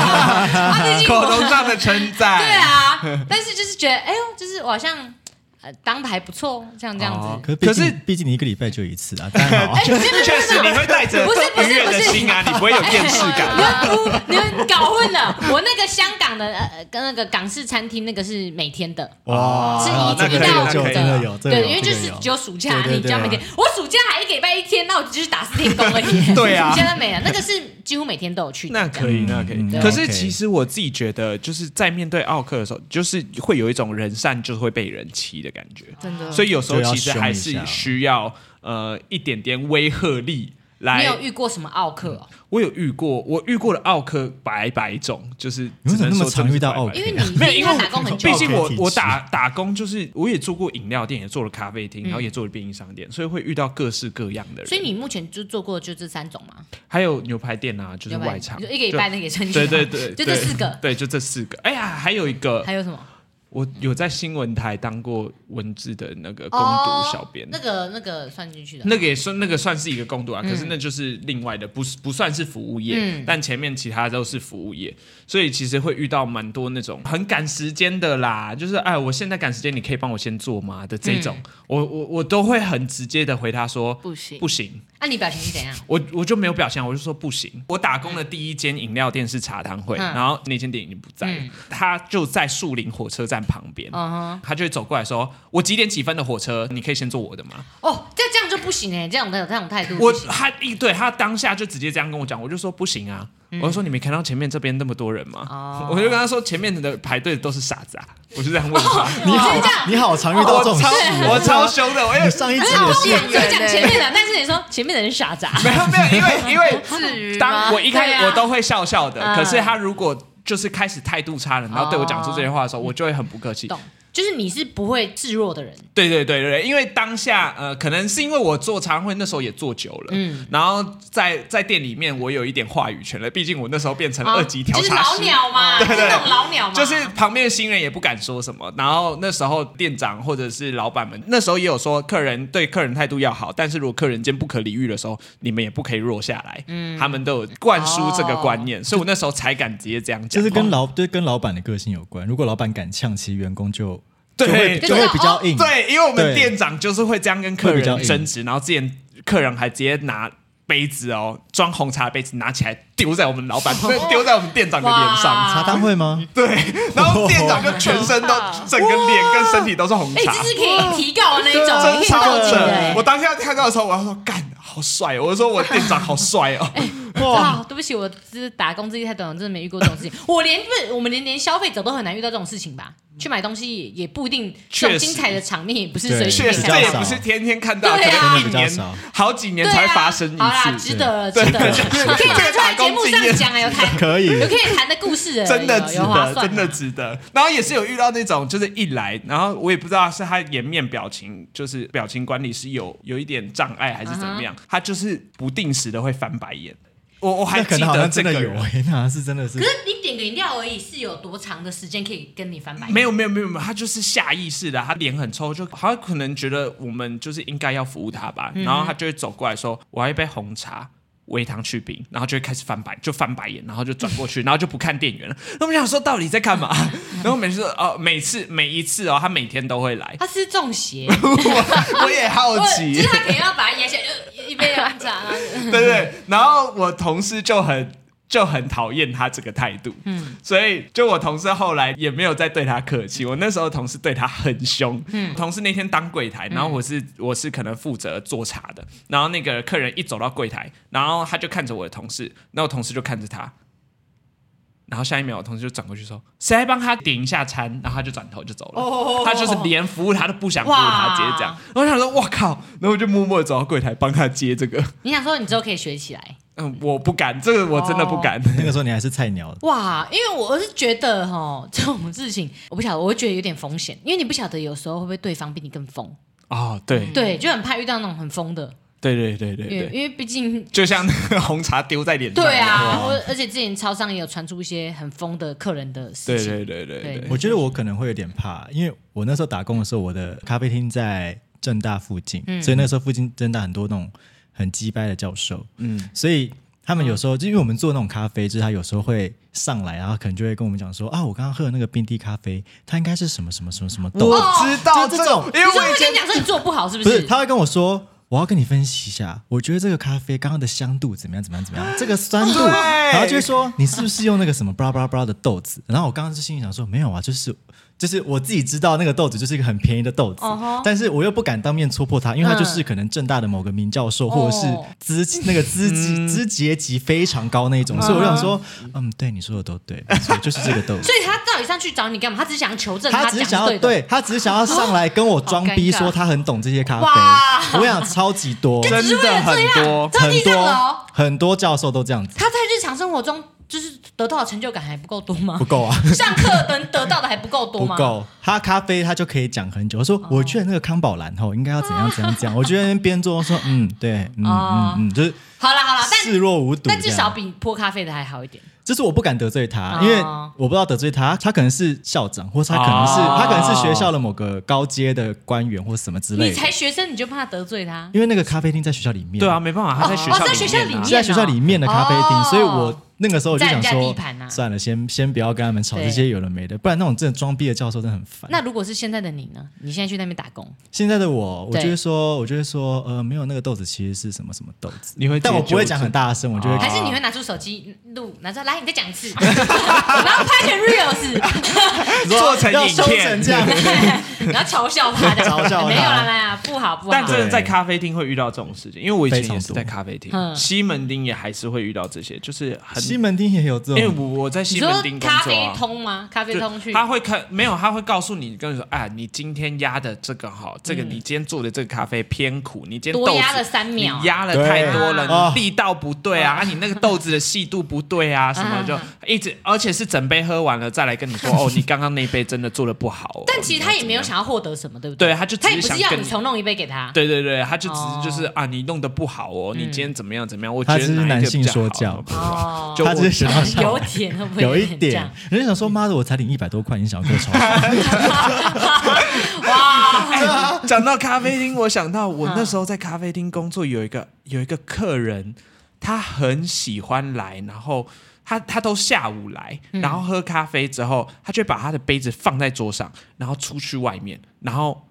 他毕竟我
上的称赞
对，啊，但是就是觉得哎呦，就是我好像呃当的还不错，像这样子。哎
哦
可是毕
可是
竟，毕竟你一个礼拜就一次啊，当 然好啊。
确实你会带着
不是不是
愉悦的心 啊，你不会有厌世 感。
你们搞混了，我那个香港的呃跟那个港式餐厅那个是每天的，
哇，
是
哦那
一
可以
直到
那可以
的，
真
的有这个有
对，因为
这
就
个
是
有
只有暑假，
对对
你
对
这
啊
样每天，我暑假还一个礼拜一天，那我就是打四天工而已。
对啊
现在没了，那个是几乎每天都有去的。
那可以，
嗯
那可以
嗯。
可是
OK
其实我自己觉得，就是在面对奥克的时候，就是会有一种人善就会被人欺的感觉，
真的。
所以有时候
就要
其实还
凶
是
一下
需要呃一点点威吓力
你
来
有遇过什么奥克哦？
我有遇过，我遇过的奥克百百种，就是
你为
只
什么
能
那么
说真的
常遇到
是百百
奥克
因
种
为你
没有，
你
因
要
为
打工很久
毕
啊，
竟
奥克
我
体质
我打打工就是我也做过饮料店，也做了咖啡厅，然后也做了便利商店，所以会遇到各式各样的人。
嗯所以你目前就做过就这三种嘛，
还有牛排店啊，就是
要不然
外场，
你就一个礼拜那个也算
就。
进
对
去
对
嘛
对，
就这
对
四个。
对，就这四个。哎呀，还有一个，
还有什 么？
我有在新闻台当过文字的那个攻
哦
读小编，
那个那个算进去的。
那个也算那个算是一个工作啊，可是那就是另外的，不是不算是服务业，
嗯
但前面其他都是服务业，所以其实会遇到蛮多那种很赶时间的啦，就是哎，我现在赶时间，你可以帮我先做吗的这
嗯
种，我我我都会很直接的回他说
不行
不行，
啊，你表情是怎样？
我我就没有表现，我就说不行。我打工的第一间饮料店是茶汤会，
嗯
然后那间店已经不在了，他就在树林火车站旁边，
嗯
他就会走过来说，我几点几分的火车，你可以先坐我的吗？
哼，哦，这这样就不行哎，这种这种态度不
我
行。
他一对他当下就直接这样跟我讲，我就说不行啊，我就说你没看到前面这边那么多人吗？
嗯哦
我就跟他说前面的排队的都是傻子啊，我就这样 问他。
你好
我觉得这样，
你好，常遇到这
我
种事啊
超。我超凶的，我也
你上一集也
你
是
讲你讲前面的，但是你说前面的人傻傻。
没有没有，因为因为
至于吗
当我一开
对
始
啊
我都会笑笑的，
嗯
可是他如果就是开始态度差了，然后对我讲出这些话的时候，我就会很不客气
嗯懂。就是你是不会示弱的人，
对对对对对，因为当下呃，可能是因为我做常会那时候也做久了，
嗯
然后在在店里面我有一点话语权了，毕竟我那时候变成
啊
二级调
就是
查
老
师。
鸟嘛，就是那种老鸟嘛，
就是旁边的新人也不敢说什么，然后那时候店长或者是老板们，那时候也有说客人对客人态度要好，但是如果客人间不可理喻的时候，你们也不可以弱下来。嗯，哦他们都有灌输这个观念，所以我那时候才敢直接这样讲话。
就是跟老对跟老板的个性有关。如果老板敢呛，其实员工就
对
就
就会就会
知道
比较硬。
对，因为我们
对
店长就是会这样跟客
会比较
人
硬
争执，然后之前客人还直接拿杯子哦，装红茶的杯子拿起来丢在我们老 板，丢在我们店长的脸上。
哇
茶单 会吗？
对，然后店长就全身都
哇
整个脸跟身体都是红
哎，
茶
这，是可以提告的那一种，
真
你可以
超
报警
扯
的哎。！
我当下看到的时候，我要说干，好帅！哦！我说我店长好帅 哦，
哎哇，对不起，我就是打工资历太短，我真的没遇过这种事情。我连不是，我们连连消费者都很难遇到这种事情吧？去买东西也也不一定，这种
确实
精彩的场面也不是
对
随
确
便
实
看
这
到
也
的。
不是天天看到，可
对啊
能一
真的比较
年
少
好几年
对
才
啊，
发生一
好啦，
次
值。得了，值得了，可以拿出来节目上讲啊，有谈，
可以
有可以谈的故事了，
真的值
有有划
得，
算啊
真的值得。然后也是有遇到那种，就是一来，然后我也不知道是他颜面表情，就是表情管理是有有一点障碍还是怎么
啊
样，他就是不定时的会翻白眼。我我还
那可
记
能好
得
像
这
真
个
的
人
有，哎，那好像是真的是
可。是你点个饮料而已，是有多长的时间可以跟你翻白眼？
没有没有没有没有，他就是下意识的，他脸很臭，就好像可能觉得我们就是应该要服务他吧，然后他就会走过来说：“我要一杯红茶。”微糖去冰，然后就会开始翻白，就翻白眼，然后就转过去，然后就不看店员了。那我们想说到底在干嘛？然后每次哦，每次每一次哦，他每天都会 来，
他是中 邪，
我我也好
就
奇
是，他可能要把它压下来，呃一杯红茶，然后
对不对。然后我同事就很就很讨厌他这个态度，嗯，所以就我同事后来也没有再对他客气。我那时候同事对他很凶，嗯，同事那天当柜台，然后我是、我是可能负责做茶的，然后那个客人一走到柜台，然后他就看着我的同事，然后我同事就看着他。然后下一秒，我同事就转过去说：“谁来帮他点一下餐？”然后他就转头就走了。
哦
他就是连服务他都不想服务他，
哇
直接这样。然后我想说：“我靠！”然后我就默默地走到柜台帮他接这个。
你想说你之后可以学起来。
嗯，我不敢，这个我真的不敢。
那个时候你还是菜鸟，
哇，因为我是觉得哈，这种事情我不晓得，我会觉得有点风险，因为你不晓得有时候会不会对方比你更疯，
哦，对
对，就很怕遇到那种很疯的，
对对对对
因为
对，
因为毕竟
就像那个 红茶丢在脸上。
对，啊，或而且之前超商也有传出一些很疯的客人的事
对
情，
对对对
对
对。
我觉得我可能会有点怕，因为我那时候打工的时候，我的咖啡厅在正大附近，
嗯
所以那时候附近正大很多那种很鸡掰的教授，
嗯
嗯，所以他们有时候、就因为我们做那种咖啡，就是他有时候会上来，然后可能就会跟我们讲说啊，我刚刚喝的那个冰滴咖啡，它应该是什么什么什么什么豆，
我知道
就
这
这
种
种，
因为
你说
我以
会跟
前
你讲说你做不好是不
不
是？
是，他会跟我说。我要跟你分析一下，我觉得这个咖啡刚刚的香度怎么样怎么样怎 么样，这个酸度，
对
然后就会说你是不是用那个什么巴拉巴拉巴拉的豆子？然后我刚刚就心里想说没有啊，就是就是我自己知道那个豆子就是一个很便宜的豆子
哦吼嗯
但是我又不敢当面戳破它，因为它就是可能正大的某个名教授、或者是
哦
资那个资级资阶级非常高那一种，所以我就想说，嗯，对你说的都对，没错就是这个豆子。
所以他到底上去找你干嘛？他只是想求证
他只是
讲
想
的
要
对的。
对他只是想要上来跟我装逼，
好尴尬
说他很懂这些咖
哇
啡。我想超级 多，
真的很多，
这
很
地上
多
楼，
很多教授都这样子，
他在日常生活中就是得到的成就感还不够多吗
不？够 啊，
上课能得到的还不够多
不
吗？哦
够。他咖啡他就可以讲很久，我说我觉得那个康宝蓝吼应该要怎样怎样怎样，我觉得边做说嗯对嗯
哦
嗯嗯，就是
好啦好啦，
视
但
若无睹这样。
但至少比泼咖啡的还好一点。
就是我不敢得罪他
哦，
因为我不知道得罪他，他可能是校长，或是他可能是
哦
他可能是学校的某个高阶的官员或什么之
你
类的。
才学生你就怕得罪他？
因为那个咖啡厅在学校里面，
对啊，没办法，他在学校
哦在学校里
面啊
面
是在学校里面的咖啡厅，
哦
所以我那个时候我就
在
想
人家地
说
盘啊，
算了，先先不要跟他们吵
对
这些有的没的，不然那种真的装逼的教授真的很烦。
那如果是现在的你呢？你现在去那边打工，
现在的我，我
对
就会说，我就会说，呃，没有那个豆子其实是什么什么豆子，
你会
但我不会
直接纠正
讲很大声，我
哦
就会
还是你会拿出手机录，拿出来来你再讲一次， 然后拍成 reels，
做成
要
影
收成
片
这，样，
然后嘲笑他的，
嘲笑他
没有啦没有啦，不不好不好。
但真的在咖啡厅会遇到这种事情，因为我以前也是在咖啡厅
非常多，嗯
西门町也还是会遇到这些，就是很，
西门町也有这
因为
种，
我我在
你
西
说
门町工
咖
作
啡
啊。
通吗？咖啡
就
通去，
他会看没有，他会告诉你，跟你说，啊，你今天压的这个哈，这个你今天做的这个咖啡偏苦，你今
嗯
天
多
豆子
压了三秒
你压了太多
对
啊
了，你力道不对啊，啊你那个豆子的细度不对啊，什么就
啊
一直，而且是整杯喝完了再来跟你说，哦，你刚刚那杯真的做的不好哦。
但其实他也没有
你要怎么
想
样，
要获得什么，对不
对，
对，
他就只
他也
是
不
想
是要
跟
你重弄一杯给他。
对对对，他就只是就是、
哦嗯
啊，你弄得不好哦，你今天怎么样怎么样？我
他
觉得
只是
哪一
男
个比
性
较
说
好
教
哦，
就
他只是想要
有 点会不会
有一
这
点
样，啊
人家想说妈的，我才领一百多块，你想要给我超时？
哇，
哎 讲到咖啡厅，我想到我那时候在咖啡厅工作，有一个有一个客人，他很喜欢来，然后他他都下午来，
嗯
然后喝咖啡之后，他就把他的杯子放在桌上，然后出去外面，然后。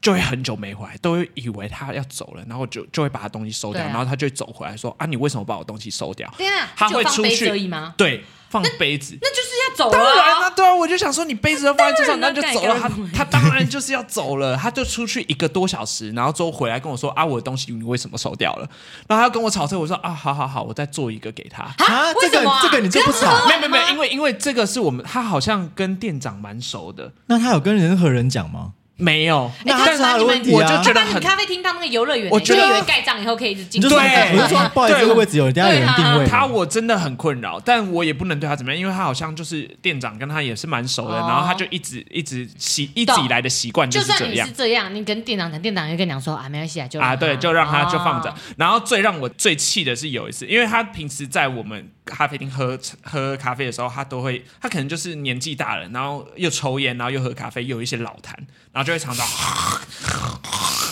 就会很久没回来，都会以为他要走了，然后就就会把他东西收掉，
对啊
然后他就会走回来说：“啊，你为什么把我东西收掉
天啊？”，
他
就
会
放
出
杯子而已
去
吗？
对，放杯子，
那就是要走
当
了
然了、
啊。
对啊，我就想说你杯子都放在桌上，
当
那
然啊
就
了
走了。
改
他
革不
他当然就是要走了，他就出去一个多小时，然后之后回来跟我说啊，我的东西你为什么收掉了？然后他跟我吵这个，我说啊，好好好，我再做一个给他。
啊为
这
什
个
么啊
这个你就不
这样
吵？
喝
没有没有没有，因为因为这个是我们，他好像跟店长蛮熟的，
那他有跟任何人讲吗？
没有。
哎
那他是他的问题
我就
啊。
觉得
把你
很
咖啡厅当那个游乐园，
我觉得
你就以为盖章以后可以一直
你
进
就
去。
说，
对
我就说不好意思，
对
会不会只有人家有人定位？
啊
他我真的很困扰，但我也不能对他怎么样，因为他好像就是店长跟他也是蛮熟的，
哦
然后他就一直一直习一直以来的习惯
就是算
这
你
样
是。这样，你跟店长讲，店长又跟你讲说啊，没关系啊，就让
啊，对，就让他就放着
哦。
然后最让我最气的是有一次，因为他平时在我们咖啡厅喝喝咖啡的时候，他都会，他可能就是年纪大了，然后又抽烟，然后又喝咖啡，又有一些老痰，然后就会常常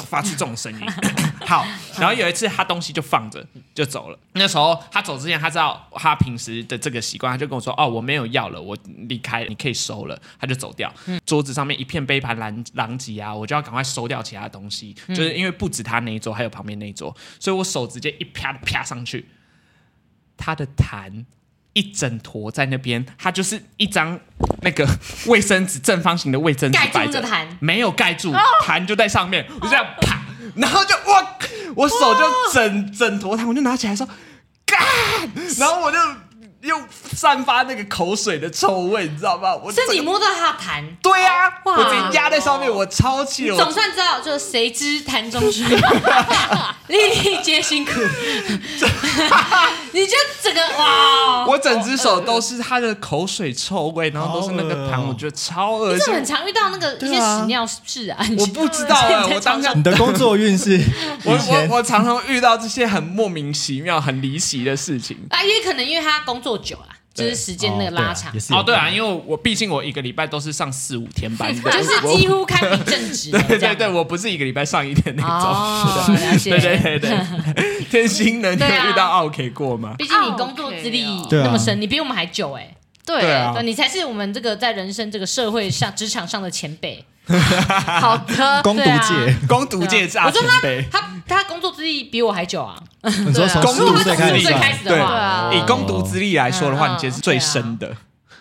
发出这种声音。 好，然后有一次他东西就放着就走了。那时候他走之前，他知道他平时的这个习惯，他就跟我说：“哦，我没有要了，我离开，你可以收了。”他就走掉。桌子上面一片杯盘狼狼藉啊，我就要赶快收掉其他东西，就是因为不止他那一桌，还有旁边那一桌，所以我手直接一啪啪上去，他的痰。一整坨在那边，他就是一张那个卫生纸正方形的卫生纸
盖住
摆
那
着
个哦痰，
没有盖住，痰就在上面，我就这样啪，然后就哇，我手就整整坨痰，我就拿起来说干，然后我就又散发那个口水的臭味，你知道吗？我
是你
整个
摸到他的痰，
对呀、
哇
我直接压在上面，我超气
你
了。
总
我
算知道，就是谁知潭中 水，粒粒皆辛苦。 你就整个哇，
我整只
哦
手都是它的口水臭味，然后都是那个痰，
好恶哦
我觉得超恶
这
心。
很常遇到那个一些屎尿事啊。
啊我不 知道啊，我当下
你的工作运是
我
以前
我我常常遇到这些很莫名其妙、很离奇的事情。
啊，也可能因为他工作久了，就是时间那个拉
哦对啊
长
也，是有
哦，对啊，因为我毕竟我一个礼拜都是上四五天班 的，
就是
我
几乎堪比正职的
啊对
这
对
样。
对，我不是一个礼拜上一天那种。
哦，
是的
了解。
对对对对，天心呢？你
对啊
有遇到奥 K 过吗？
毕竟你工作资历
对啊
那么深，你比我们还久哎、
对，
哦对啊
对，你才是我们这个在人生这个社会上、职场上的前 辈。
好的，
攻读
对
界，
攻读界
我
大
说
前
他
辈，
他他工作资历比我还久啊，
你说从
对啊
十
工
五
作
岁
开
开
始
始
开
算，
始的
对
话，
啊
以攻读资历来说的
嗯
话，
嗯
你其实是最深的。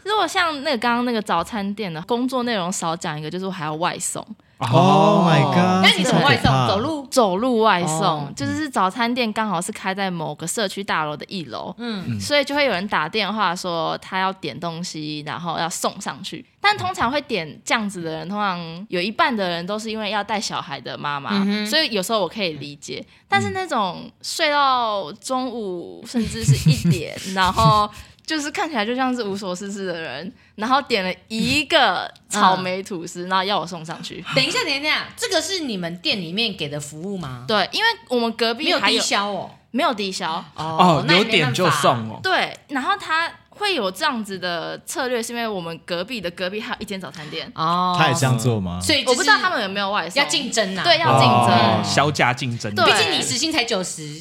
如果像那个刚刚那个早餐店的工作内容少讲一个，就是我还要外送，
Oh my god！
那你
这
从
个
外送
这么可怕
走路，
走路外送，
哦
就是早餐店刚好是开在某个社区大楼的一楼，
嗯
所以就会有人打电话说他要点东西，然后要送上去。
嗯
但通常会点这样子的人，通常有一半的人都是因为要带小孩的妈妈，
嗯哼嗯
所以有时候我可以理解。但是那种睡到中午甚至是 一点，然后就是看起来就像是无所事事的人，然后点了一个草莓吐司，然后要我送上去。
等一下，等一下，这个是你们店里面给的服务吗？
对，因为我们隔
没
壁
有
还
低
有
消哦，
没有低消，
那也没办法。啊
哦。
对，然后他会有这样子的策略，是因为我们隔壁的隔壁还有一间早餐店，
哦，
他也这样做吗？
所以就是
我不知道他们有没有外送，
要竞争啊，
对要竞
哦
争。
销价竞争，
对
毕竟你时薪才 九十，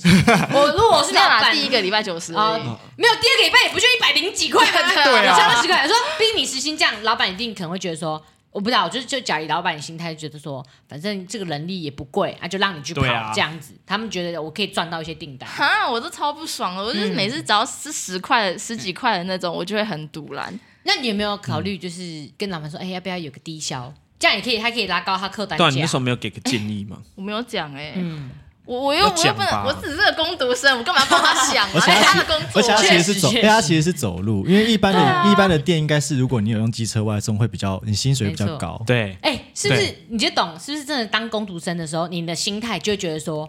我如果我是
没有
老
啦，
板，
第一个礼拜九十，
哦，没有，第二个礼拜也不就一百零几块吗？
对
啊
差不多十块。我说，毕竟你时薪这样，老板一定可能会觉得说。我不知道，我就是就假以老板的心态，觉得说，反正这个人力也不贵啊，就让你去跑、
对啊
这样子，他们觉得我可以赚到一些订单。
哈，我都超不爽了。我
嗯
就是每次只要是十块的、十几块的那种，我就会很堵然。
那你有没有考虑，就是跟老板说，哎、要不要有个低消？这样也可以，还可以拉高他客
对
单价。
啊，你那时候没有给个建议吗？
我没有讲哎、
嗯，
我我又
要
我又
讲
不能，
吧
我只是个工读生，我干嘛帮他想、啊？
而且
那是他
他
的工
而
作，
且他其实是走，
确实
因为他其实是走路，因为一般的、
对啊
一般的店应该是，如果你有用机车外送，会比较你薪水比较高。
对，
哎、是不是你就懂？是不是真的当工读生的时候，你的心态就会觉得说，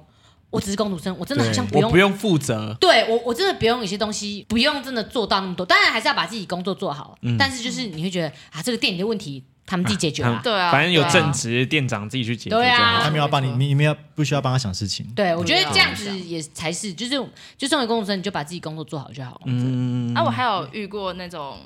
我只是工读生，我真的好像不
我
用
不用负责，
对我，我真的不用有些东西，不用真的做到那么多。当然还是要把自己工作做好，但是就是你会觉得啊，这个店里的问题他们自己解决啦。
对啊，
反正有
对啊
正职店长自己去解决就
对啊
他
好。
没有要帮你，
没错
你你没有不需要帮他想事情。
对，我觉得
对啊
这样子也才是，就是就身为工读生，你就把自己工作做好就好。
嗯
啊，我还有遇过那种，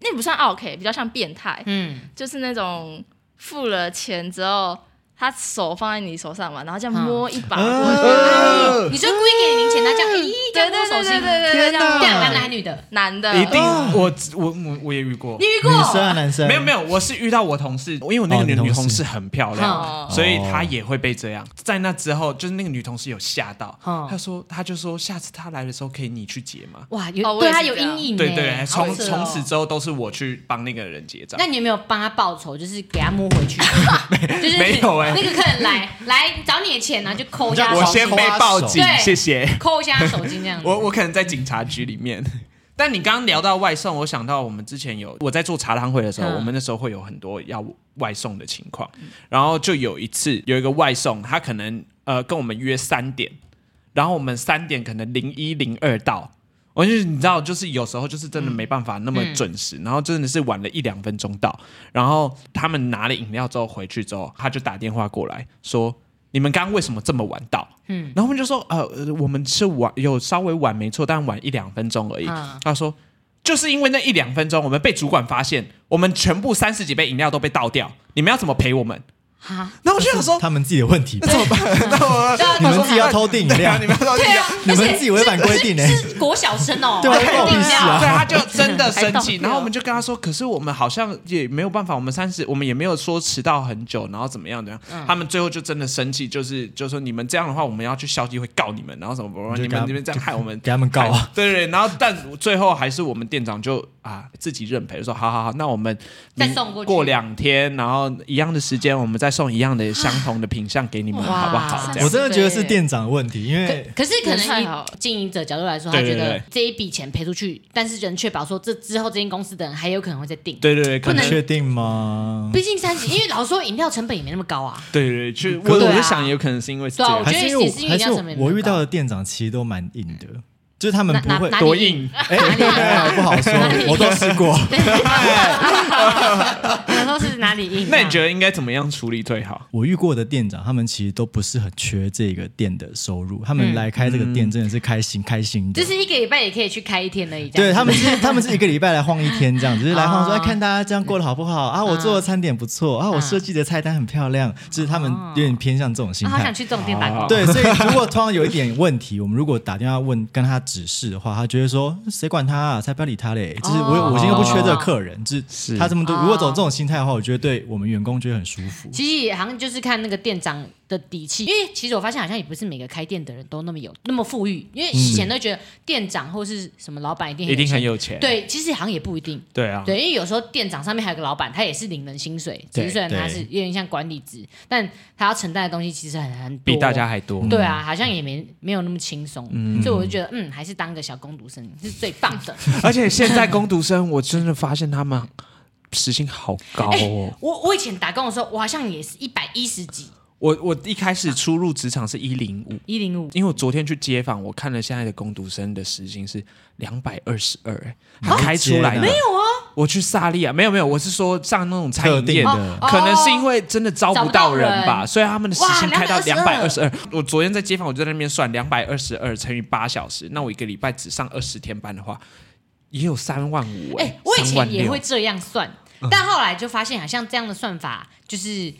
那不算 OK，比较像变态，
嗯，
就是那种付了钱之后，他手放在你手上嘛，然后这样摸一把，
啊
我觉得
呃
你说故意给你零钱，他这样咦，这
对
样
对
摸手
对
心
对，对对，
天
这
哪
样
这样
摸
男的还女的，
男的，哦
一定，我我我我也遇过
嗯你，遇过？
女生啊，男生
没有没有，我是遇到我同事，因为我那个
哦
女
你同
女
事
同事很漂亮，
哦
所以她也会被这样。在那之后，就是那个女同事有吓到，
嗯
她说她就说下次她来的时候可以你去结嘛。
哇，
哦
有
我
对
也是
他有
这样
阴影呢。
对对，从
好扯哦
从此之后都是我去帮那个人结账
那。你有没有帮他报仇？就是给他摸回去，就是
没有欸
那个客人来来找你的钱呢，然后就抠一下
那
手
我
机，
先被报警
对，
谢谢。
抠一下他手机那样子。
我我可能在警察局里面。 但你刚刚聊到外送，我想到我们之前有我在做茶汤会的时候，
嗯
我们那时候会有很多要外送的情况，然后就有一次有一个外送，他可能呃跟我们约三点，然后我们三点可能零一零二到，我就是你知道，就是有时候就是真的没办法那么准时，然后真的是晚了一两分钟到，然后他们拿了饮料之后回去之后，他就打电话过来说。你们刚刚为什么这么晚到？嗯，然后我们就说，呃，呃我们是晚有稍微晚没错，但晚一两分钟而已。
嗯
他说，就是因为那一两分钟，我们被主管发现，我们全部三十几杯饮料都被倒掉，你们要怎么赔我们？
哈，
那我就想 说，
他们自己的问 题吧，
对
你们自己要偷订饮 料，
你们要
对啊，
你们自己违反规定呢、
是国小生哦，
对啊
还
关我屁事啊
对，他就真的生气，
还倒掉
然后我们就跟他说，可是我们好像也没有办法，我们三十，我们也没有说迟到很久，然后怎么样怎么样，他们最后就真的生气，就是就说你们这样的话，我们要去消基会告你们，然后什么什么，
就
你
给他
们你们这样害我们 哎
给他们告啊！
对对对，然后但最后还是我们店长就啊自己认赔，说好好好，那我们
再送过去
过两天，然后一样的时间，我们再送一样的相同的品相给你们，
哇
好不好？这
我
样
真的觉得是店长的问题，因为
可是可
不太
能
好
以经营者角度来说，他
对
觉
对
得
对
这一笔钱赔出去，但是能确保说这之后这间公司的人还有可能会再订。
对对对，可
不
能
能
确定吗？
毕竟三十，因为老实说饮料成本也没那么高 啊。
对对对，就
对
我
啊
我就想，也有可能是因为是这
对啊
样
我觉得
还是因
也
为
是因
还
为
是
量上面
我
没有
遇到
高
的店长其实都蛮硬的，就是他们
啊哪
不
哪
会
哪
多
里
硬
哎，
哪里
不好说，我都 试过。
我说是哪里硬啊？
那你觉得应该怎么样处理最好？
我遇过的店长，他们其实都不是很缺这个店的收入，他
嗯
们来开这个店真的是开心、开心的
就。是一个礼拜也可以去开一天而已。这样子
对他们是，他们是一个礼拜来晃一天这样，只是来晃说，
哦
哎，看大家这样过得好不好啊？我做的餐点不错啊，我设计的菜单很漂亮，就是他们有点偏向这种心
哦啊，好
态
想。去这种店打工。
对，所以如果突然有一点问题，我们如果打电话问跟他指示的话，他觉得说谁管他啊，才不要理他嘞。就是我、
哦
我今天又不缺这个客人，就是
是
他这么多。
哦
如果走这种心态的话，我觉得对我们员工觉得很舒服。
其实也好像就是看那个店长的底气，因为其实我发现好像也不是每个开店的人都那么有那么富裕，因为以前都觉得店长或是什么老板一定
一定很
有
有钱，
钱，对，其实好像也不一定。
对啊，
对，因为有时候店长上面还有个老板，他也是领人薪水，只是
对
虽然他
对
是有点像管理职，但他要承担的东西其实很很多
比大家还多。
对啊，好像也没没有那么轻松，所以我就觉得，嗯，还是当个小工读生是最棒的。
而且现在工读生，我真的发现他们时薪好高哦。
我我以前打工的时候，我好像也是一百一十几，
我我一开始初入职场是一零五，
一零五，
因为我昨天去街访，我看了现在的工读生的时薪是两百二十二，哎，
啊
开出来的
没有
啊。我去萨利亚，没有没有，我是说上那种餐
特
饮
定
店。
的
哦
可能是因为真的招不到人
找不到
吧，
人
所以他们的时薪开到两百
哇
二十二。我昨天在街访，我就在那边算两百二十二乘以八小时，那我一个礼拜只上二十天班的话，也有三万五
哎
哎，，
我以
3万
前
六嗯
也会这样算，但后来就发现，好像这样的算法就是。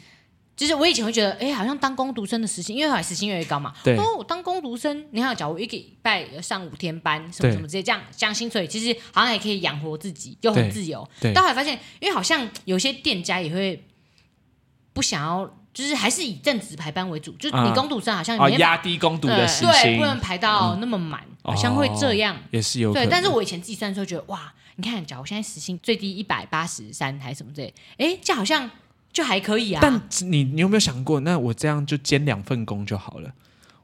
就是我以前会觉得，哎、好像当工读生的时薪，因为后来时薪越来越高嘛。
对
哦，我当工读生，你看，假如一个礼拜上五天班，什么
对
什么，直接这样这样薪水，其实好像也可以养活自己，又很
对
自由。
对
但后来发现，因为好像有些店家也会不想要，就是还是以正职排班为主，就是你
啊
工读生好像
哦，
没办法、
压低工读的时
对，
薪
不能排到那么满，
哦
好像会这样。
也是有可
对，
能。
但是我以前计算的时候觉得，哇，你看，假如我现在时薪最低一百八十三还是什么之类，哎，这样好像就还可以啊。
但你你有没有想过，那我这样就兼两份工就好了？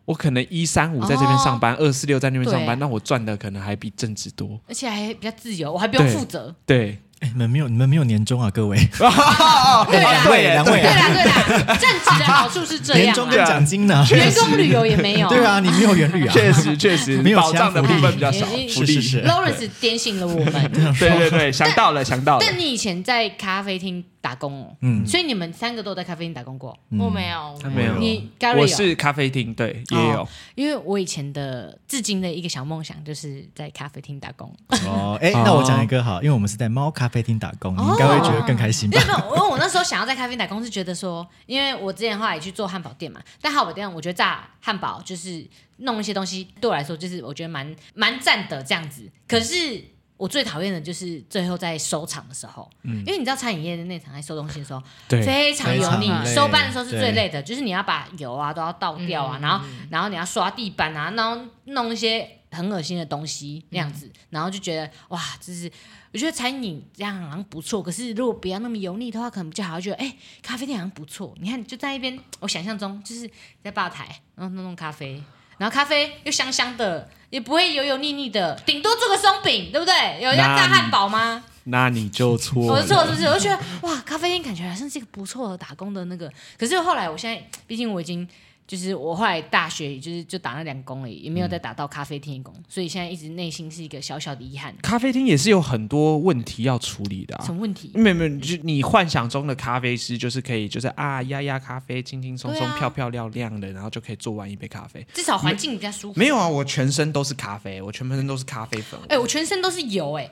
我可能一三五在这边上班，二四六在那边上班，
哦对
那我赚的可能还比正职多。
而且还比较自由，我还不用
对
负责。
对，
哎你们没有你们没有年终啊，各位，
对啦
哦两位两位
对
啊，
啦对啦，正职的好处是这
年
样
终
啊，
跟奖金呢？
员工旅游也没有。
对啊，你没有元旅啊，
确实确实
没有
保障的部
其他福利
分比较少，
哎
福利
是是啊 是
Lawrence 点醒了我 们。
对对对，想到了想到了，
但你以前在咖啡厅打工哦，
嗯
所以你们三个都在咖啡厅打工过。
我没有，
他
没有
你 Gary
我
有
是咖啡厅，对也有
哦，因为我以前的至今的一个小梦想就是在咖啡厅打工。
哦，哎，那我讲一个好，因为我们是在猫咖啡厅打工，
哦
你应该会觉得更开心
没
吧
有？没有，因为我那时候想要在咖啡厅打工，是觉得说，因为我之前后来也去做汉堡店嘛，但汉堡店我觉得炸汉堡就是弄一些东西，对我来说就是我觉得蛮蛮赞的这样子。可是我最讨厌的就是最后在收场的时候，因为你知道餐饮业的内场在收东西的时候，
对，
非常油
非常
腻，
累
收班的时候是最累的，就是你要把油啊都要倒掉啊，然后然后你要刷地板啊，然后弄一些很恶心的东西那样子，然后就觉得哇，就是我觉得餐饮这样好像不错，可是如果不要那么油腻的话，可能比较好。就觉得哎、咖啡店好像不错，你看你就在一边，我想象中就是在吧台，然后弄弄咖啡，然后咖啡又香香的，也不会油油腻腻的，顶多做个松饼，对不对？有要
那
炸
你
汉堡吗？
那你就错
我
了
是。错是不是？我就觉得哇，咖啡因感觉好像是一个不错的打工的那个。可是后来，我现在毕竟我已经就是我后来大学就是就打那两工而已，也没有
嗯
再打到咖啡厅工，所以现在一直内心是一个小小的遗憾。
咖啡厅也是有很多问题要处理的、
什
啊。
么问题？
没有没有，就你幻想中的咖啡师就是可以，就是啊压压咖啡，轻轻松松、
对啊
漂漂亮亮的，然后就可以做完一杯咖啡。
至少环境比较舒服。
没有啊，我全身都是咖啡，我全身都是咖啡粉。
哎、我全身都是油哎、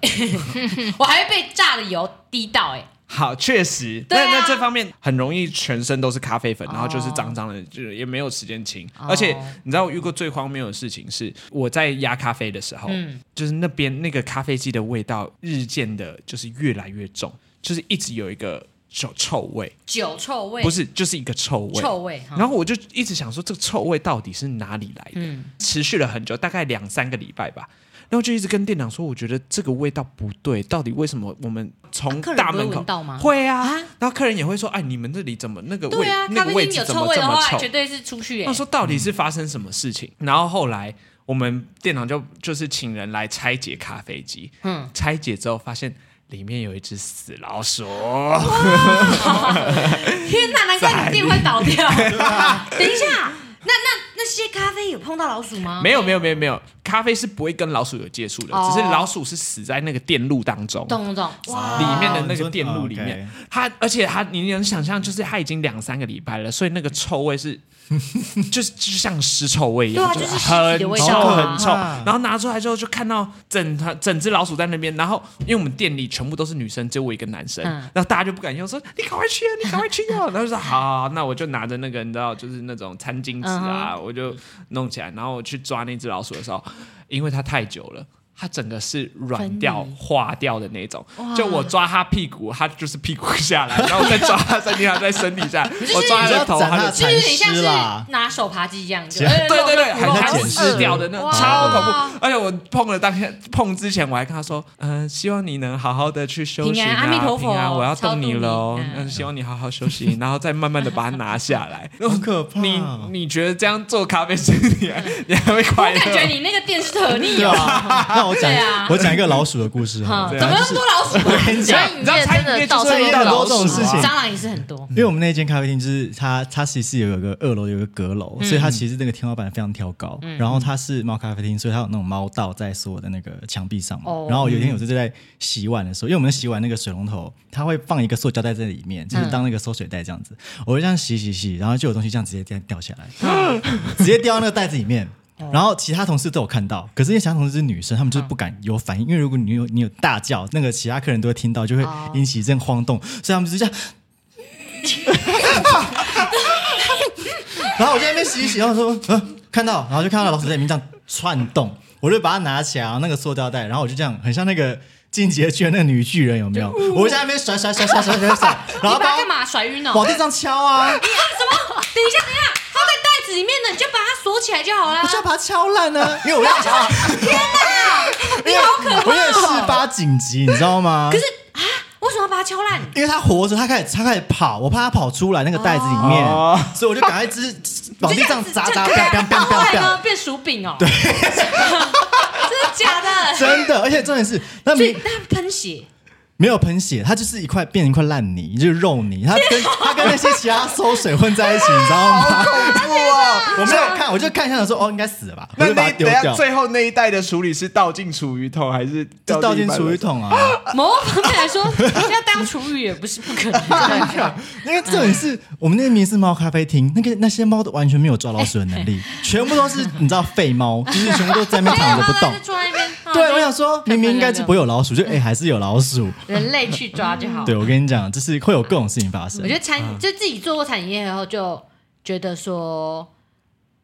我还会被炸的油滴到哎、
好，确实，
对啊
那那这方面很容易全身都是咖啡粉，然后就是脏脏的，就也没有时间清。
哦
而且你知道我遇过最荒谬的事情是，我在压咖啡的时候，
嗯
就是那边那个咖啡机的味道日渐的，就是越来越重，就是一直有一个臭臭味，
酒臭味，
不是，就是一个臭味。
臭味哈。
然后我就一直想说，这个臭味到底是哪里来的？
嗯，
持续了很久，大概两三个礼拜吧。然后就一直跟店长说，我觉得这个味道不对，到底为什么？我们从
啊客人
大
不会
门口、
闻到吗
会啊，
啊
然后客人也会说，哎，你们这里怎么那个味、
对啊，
那
咖
个
啡
位
厅
置
有
怎
臭
么
味
这
的
么
话，
臭哦
绝？对是出去
他
哎、
说到底是发生什么事情？然后后来我们店长就就是请人来拆解咖啡机，
嗯
拆解之后发现里面有一只死老鼠。
天哪，难怪你店会倒掉。等一下，那那那些咖啡有碰到老鼠吗？
没有没有没有没有，咖啡是不会跟老鼠有接触的，
哦
只是老鼠是死在那个电路当中。
懂懂懂，哇，
里面的那
你说
个电路里面
OK，
它而且它你能想象，就是它已经两三个礼拜了，所以那个臭味是， 就是就像尸臭味一样，
对啊就是尸
很
体的味
臭
道啊
很臭。
啊
然后拿出来之后，就看到整它整只老鼠在那边，然后因为我们店里全部都是女生，只有我一个男生，
嗯
然后大家就不敢用，说你赶快去啊，你赶快去啊。然后就说好好，好那我就拿着那个你知道，就是那种餐巾纸啊，我就弄起来，然后我去抓那只老鼠的时候，因为它太久了。它整个是软掉、
分离
化掉的那种
哇，
就我抓它屁股，它就是屁股下来，然后我再抓它身体，它在身体下来，我抓它的头，它就
就有点像
蚕丝
是
啦
拿手扒鸡一样，就
对
哎
对对对，
肉
很
肉
像
像
剪
死
纸
掉的那
哇
超恐怖。而且我碰了当天碰之前，我还跟他说，嗯、希望你能好好的去休息
平安
啊，
阿弥陀佛
平安我要
超
动
度
你
你
喽，
嗯
嗯，希望你好好休息，然后再慢慢的把它拿下来。
好可怕
你
哦
你觉得这样做咖啡师，你 还你还会
我
快乐？
感觉你那个店是特腻
对
哦，
啊，那我讲
对啊
我讲一个老鼠的故事哈
哈，，
对啊
怎么那么多老鼠啊？
所以
你
你
知道
这
餐
真
饮
的
业就
到
是
处
会遇
都
到多
老
这种
鼠
事情
蟑螂也是很多，
因为我们那间咖啡厅就是它，它其实是有一个二楼有一个阁楼，所以它其实那个天花板非常挑高。然后它是猫咖啡厅，所以它有那种猫道在所有的那个墙壁上嘛。
哦
然后有一天我就在洗碗的时候，因为我们洗碗那个水龙头，它会放一个塑胶袋在里面，就是当那个收水袋这样子。我就这样洗洗洗，然后就有东西这样直接这样掉下来，直接掉到那个袋子里面。
哦
然后其他同事都有看到，可是因为其他同事是女生，他
嗯
们就是不敢有反应，因为如果你有你有大叫，那个其他客人都会听到，就会
哦
引起一阵晃动，所以他们 就这样。然后我就在那边洗一洗，然后说嗯，看到，然后就看到老鼠在里面这样窜动，我就把它拿起来，然后那个塑料袋，然后我就这样，很像那个进阶圈那个女巨人有没有？我就在那边甩甩甩甩甩甩甩，然
你
后
把它
把
干嘛甩晕哦？
往地上敲啊，
等一下，等一下，它在袋子里面呢，你就把它锁起来就好啦
我。就要把它敲烂呢、 因为我要啊，
你好可怕
我也
哦！
是八紧急，你知道吗
可？是啊，为什么要把它它敲烂。
因为他活着，他开始他开始跑，我怕他跑出来那个袋子里面，
哦
所以我就赶快只往地上砸砸，
这样
砰
子
砰
然
砰
后后
砰
来呢
砰，
变薯饼哦，对，真的假的？
真的，而且重点是，那
所以
没
它喷血，
没有喷血，它就是一块变成一块烂泥，就是肉泥，它 跟它跟那些其他馊水混在一起，你知道吗？ 我没有看，我就看一下，想说哦，应该死了吧，我
那
就把
那
它丢
等下
掉，
最后那一袋的处理是倒进厨余桶还是
就倒进
一般
厨
的
余？桶啊。
某个方面来说，要当厨余也不是不可能的。
因为重点是我们那个名是猫咖啡厅，那个那些猫都完全没有抓老鼠的能力，全部都是你知道废猫，就是全部都在那边躺着不动
就。坐在那边。
对，我想说明明应该是不会有老鼠，就哎、还是有老鼠。
人类去抓就好。
对，我跟你讲，就是会有各种事情发生
我觉。得餐就自己做过餐饮业以后，就觉得说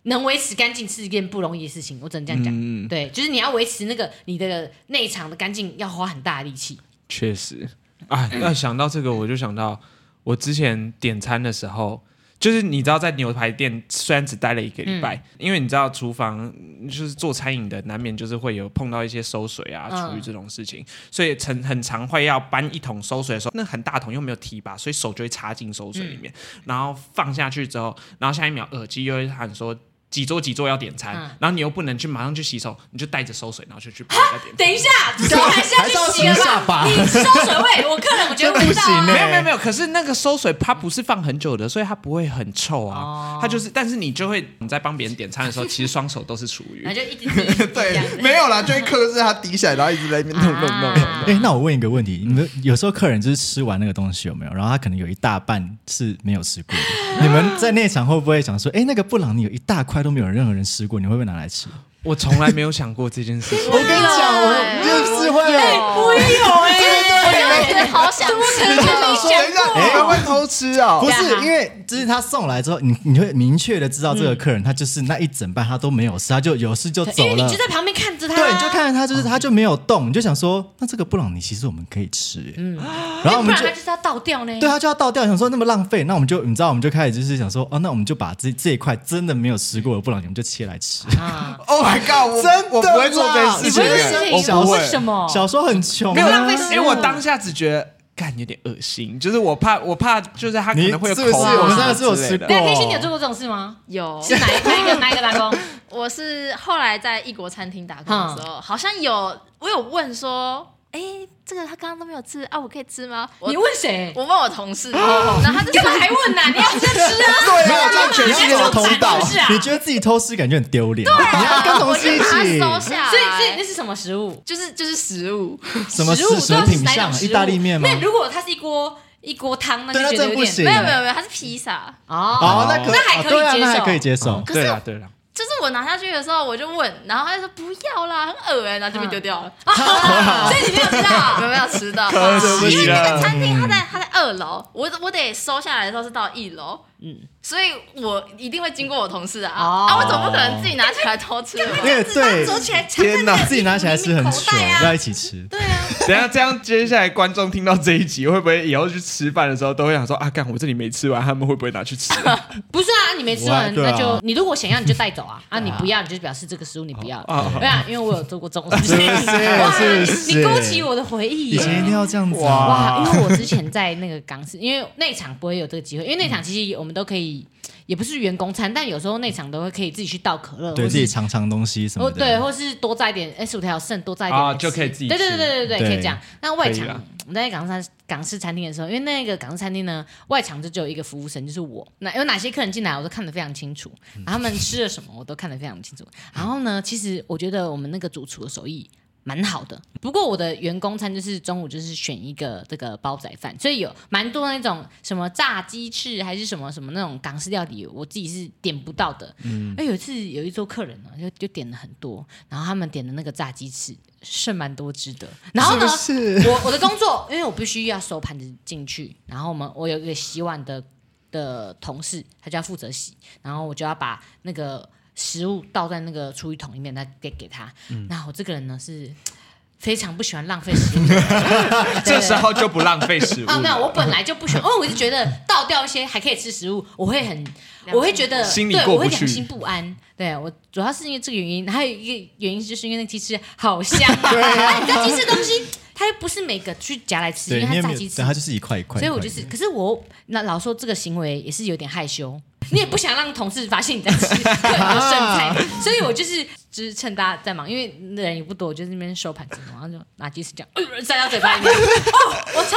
能维持干净是一件不容易的事情。我只能这样讲，对，就是你要维持那个你的内场的干净，要花很大的力气。
确实啊，那想到这个，我就想到我之前点餐的时候，就是你知道在牛排店虽然只待了一个礼
嗯
拜，因为你知道厨房就是做餐饮的，难免就是会有碰到一些收水啊、
嗯
厨余这种事情，所以很很常会要搬一桶收水的时候，那很大桶又没有提拔，所以手就会插进收水里面，
嗯
然后放下去之后，然后下一秒耳机又会喊说。几桌几桌要点餐，
嗯
然后你又不能去马上去洗手，你就带着收水，然后就去帮人家点餐。
啊等一下，手还是要去洗
还是要洗一下
了吧？
吧
你收水位， 我客人我觉得闻不到
这不行
啊
欸。
没有没有没有，可是那个收水它不是放很久的，所以它不会很臭啊。
哦
它就是，但是你就会你在帮别人点餐的时候，其实双手都是厨余
然。后就一直 滴一直滴这样
对，
子
没有啦，就会克制它滴下来，然后一直在那边弄弄弄弄。
啊
哎、那我问一个问题，你们有时候客人就是吃完那个东西有没有？然后他可能有一大半是没有吃过的。你们在内场会不会想说，哎、那个布朗尼有一大块都没有任何人吃过，你会不会拿来吃？
我从来没有想过这件事情
我。跟你讲，我就是会有。
我也有哎、
我觉得好想吃，
就想
说 等一下，你们会偷吃啊？
不
对啊
是因为，就是他送来之后，你你会明确的知道这个客人、他就是那一整半他都没有吃，他就有事就
因为
走
你
了啊
就。在旁边看着他、啊
对，你就看着他，就是他就没有动，你就想说，那这个布朗尼其实我们可以吃，嗯，然后我
不
们
然
就
他就是要倒掉呢。
对啊他就要倒掉，想说那么浪费，那我们就你知道，我们就开始就是想说，哦，那我们就把这这一块真的没有吃过的布朗尼，我们就切来吃。
啊，
Oh my god！我
真的
我不会做这
啦
件事情
你不会做这
的，
件
我
事情
不
为什
会。
么？
小时候很穷、啊，
没有浪费
食物
因为我当下只觉得干有点恶心，就是我怕我怕就是它可
你
能会有
是不是
口
我们
那
上次有吃过
对，黑心你有做过这种事吗？
有，
是哪一哪一个哪一个打 工？
我是后来在异国餐厅打工的时候，好像有我有问说，哎、这个他刚刚都没有吃啊，我可以吃吗？我
你问谁？
我问我同事，
哦
然后他就
干
说
嘛还问 呐、你要直接吃啊！
没有这样全世界都偷到
你是不是啊，
你觉得自己偷吃感觉很丢脸，你要跟同
啊我
事
就
一
把它
起。
收下来，
所以，所以那是什么食物？
就是就是食物，
什么
食物
是什么
对啊
品
哪一
相
种
啊？
食
意
物
大利面吗？
那如果它是一锅一锅汤，那
对那
就觉得
真
有
不行
点
没有没有没有，它是披萨。
哦。
哦，那可
那还可以
哦对啊
接
那还
受嗯
可以接受。
可
对
是
了对了，
就是我拿下去的时候，我就问，然后他就说不要啦，很恶心，然后就被丢掉了。
所以你没有吃到
我没有吃到，
可惜
因为那
了
个餐厅它在它在二楼，我我得收下来的时候是到一楼，嗯，所以我一定会经过我同事啊，
哦
啊，我总不可能自己拿起来偷吃啊
因
吧？
为对，
折起来藏在
天哪！
自己拿起来吃很
口
糗
袋啊，
要一起吃。
等一下这样，接下来观众听到这一集，会不会以后去吃饭的时候都会想说啊，干我这里没吃完，他们会不会拿 去吃啊？
不是啊，你没吃完，
我啊
那就你如果想要你就带走 啊，啊你不要你就表示这个食物你不要，对啊，因为我有做过这种事情， 哇
哦是不是
你勾起我的回忆
以
耶，
前一定要这样子啊。
哇，因为我之前在那个港式，因为内场不会有这个机会，因为内场其实我们都可以，也不是员工餐，但有时候内场都会可以自己去倒可乐，
对
或
自
是
己尝尝东西什
哦
么
对，
的。
或是多榨一点，哎，薯条剩多榨一点
啊
来吃
就可以自己
对对
吃
对对对，
对
可以这样。那外
嗯可以啦
场我们在港式港式餐厅的时候，因为那个港式餐厅呢，外场就只有一个服务生，就是我。那有哪些客人进来，我都看得非常清楚，
嗯
然后他们吃了什么，我都看得非常清楚。然后呢，其实我觉得我们那个主厨的手艺蛮好的。不过我的员工餐就是中午就是选一个这个煲仔饭，所以有蛮多那种什么炸鸡翅还是什么什么那种港式料理，我自己是点不到的。嗯，哎，有一次有一桌客人呢、就就点了很多，然后他们点的那个炸鸡翅剩蛮多只的，然后呢，我我的工作， 因为我必须要收盘子进去，然后我们我有一个洗碗的的同事，他就要负责洗，然后我就要把那个食物倒在那个厨余桶里面，再给给他。
嗯
那我这个人呢是非常不喜欢浪费食物的 人，
这时候就不浪费食物
啊，没有，
了。
我本来就不喜欢，因为我就觉得倒掉一些还可以吃食物，我会很，我会觉得
心里
对，
过
我
不
会
去
良心不安。对我主 哎要是因为这个原因，还有一个原因就是因为那鸡翅好香啊，你知道鸡翅东西。它又不是每个去夹来吃，
啊对，
因
你
为
也
它
没
炸
有
鸡，翅
对，它就是一块一块。
所以我
一
就
块
是，可是我那老说这个行为也是有点害羞，你也不想让同事发现你在吃 各种剩 菜，所以我就是就是趁大家在忙，因为人也不多，我就在那边收盘子，然后就拿鸡翅这样，呃塞到嘴巴里面。 哦，我超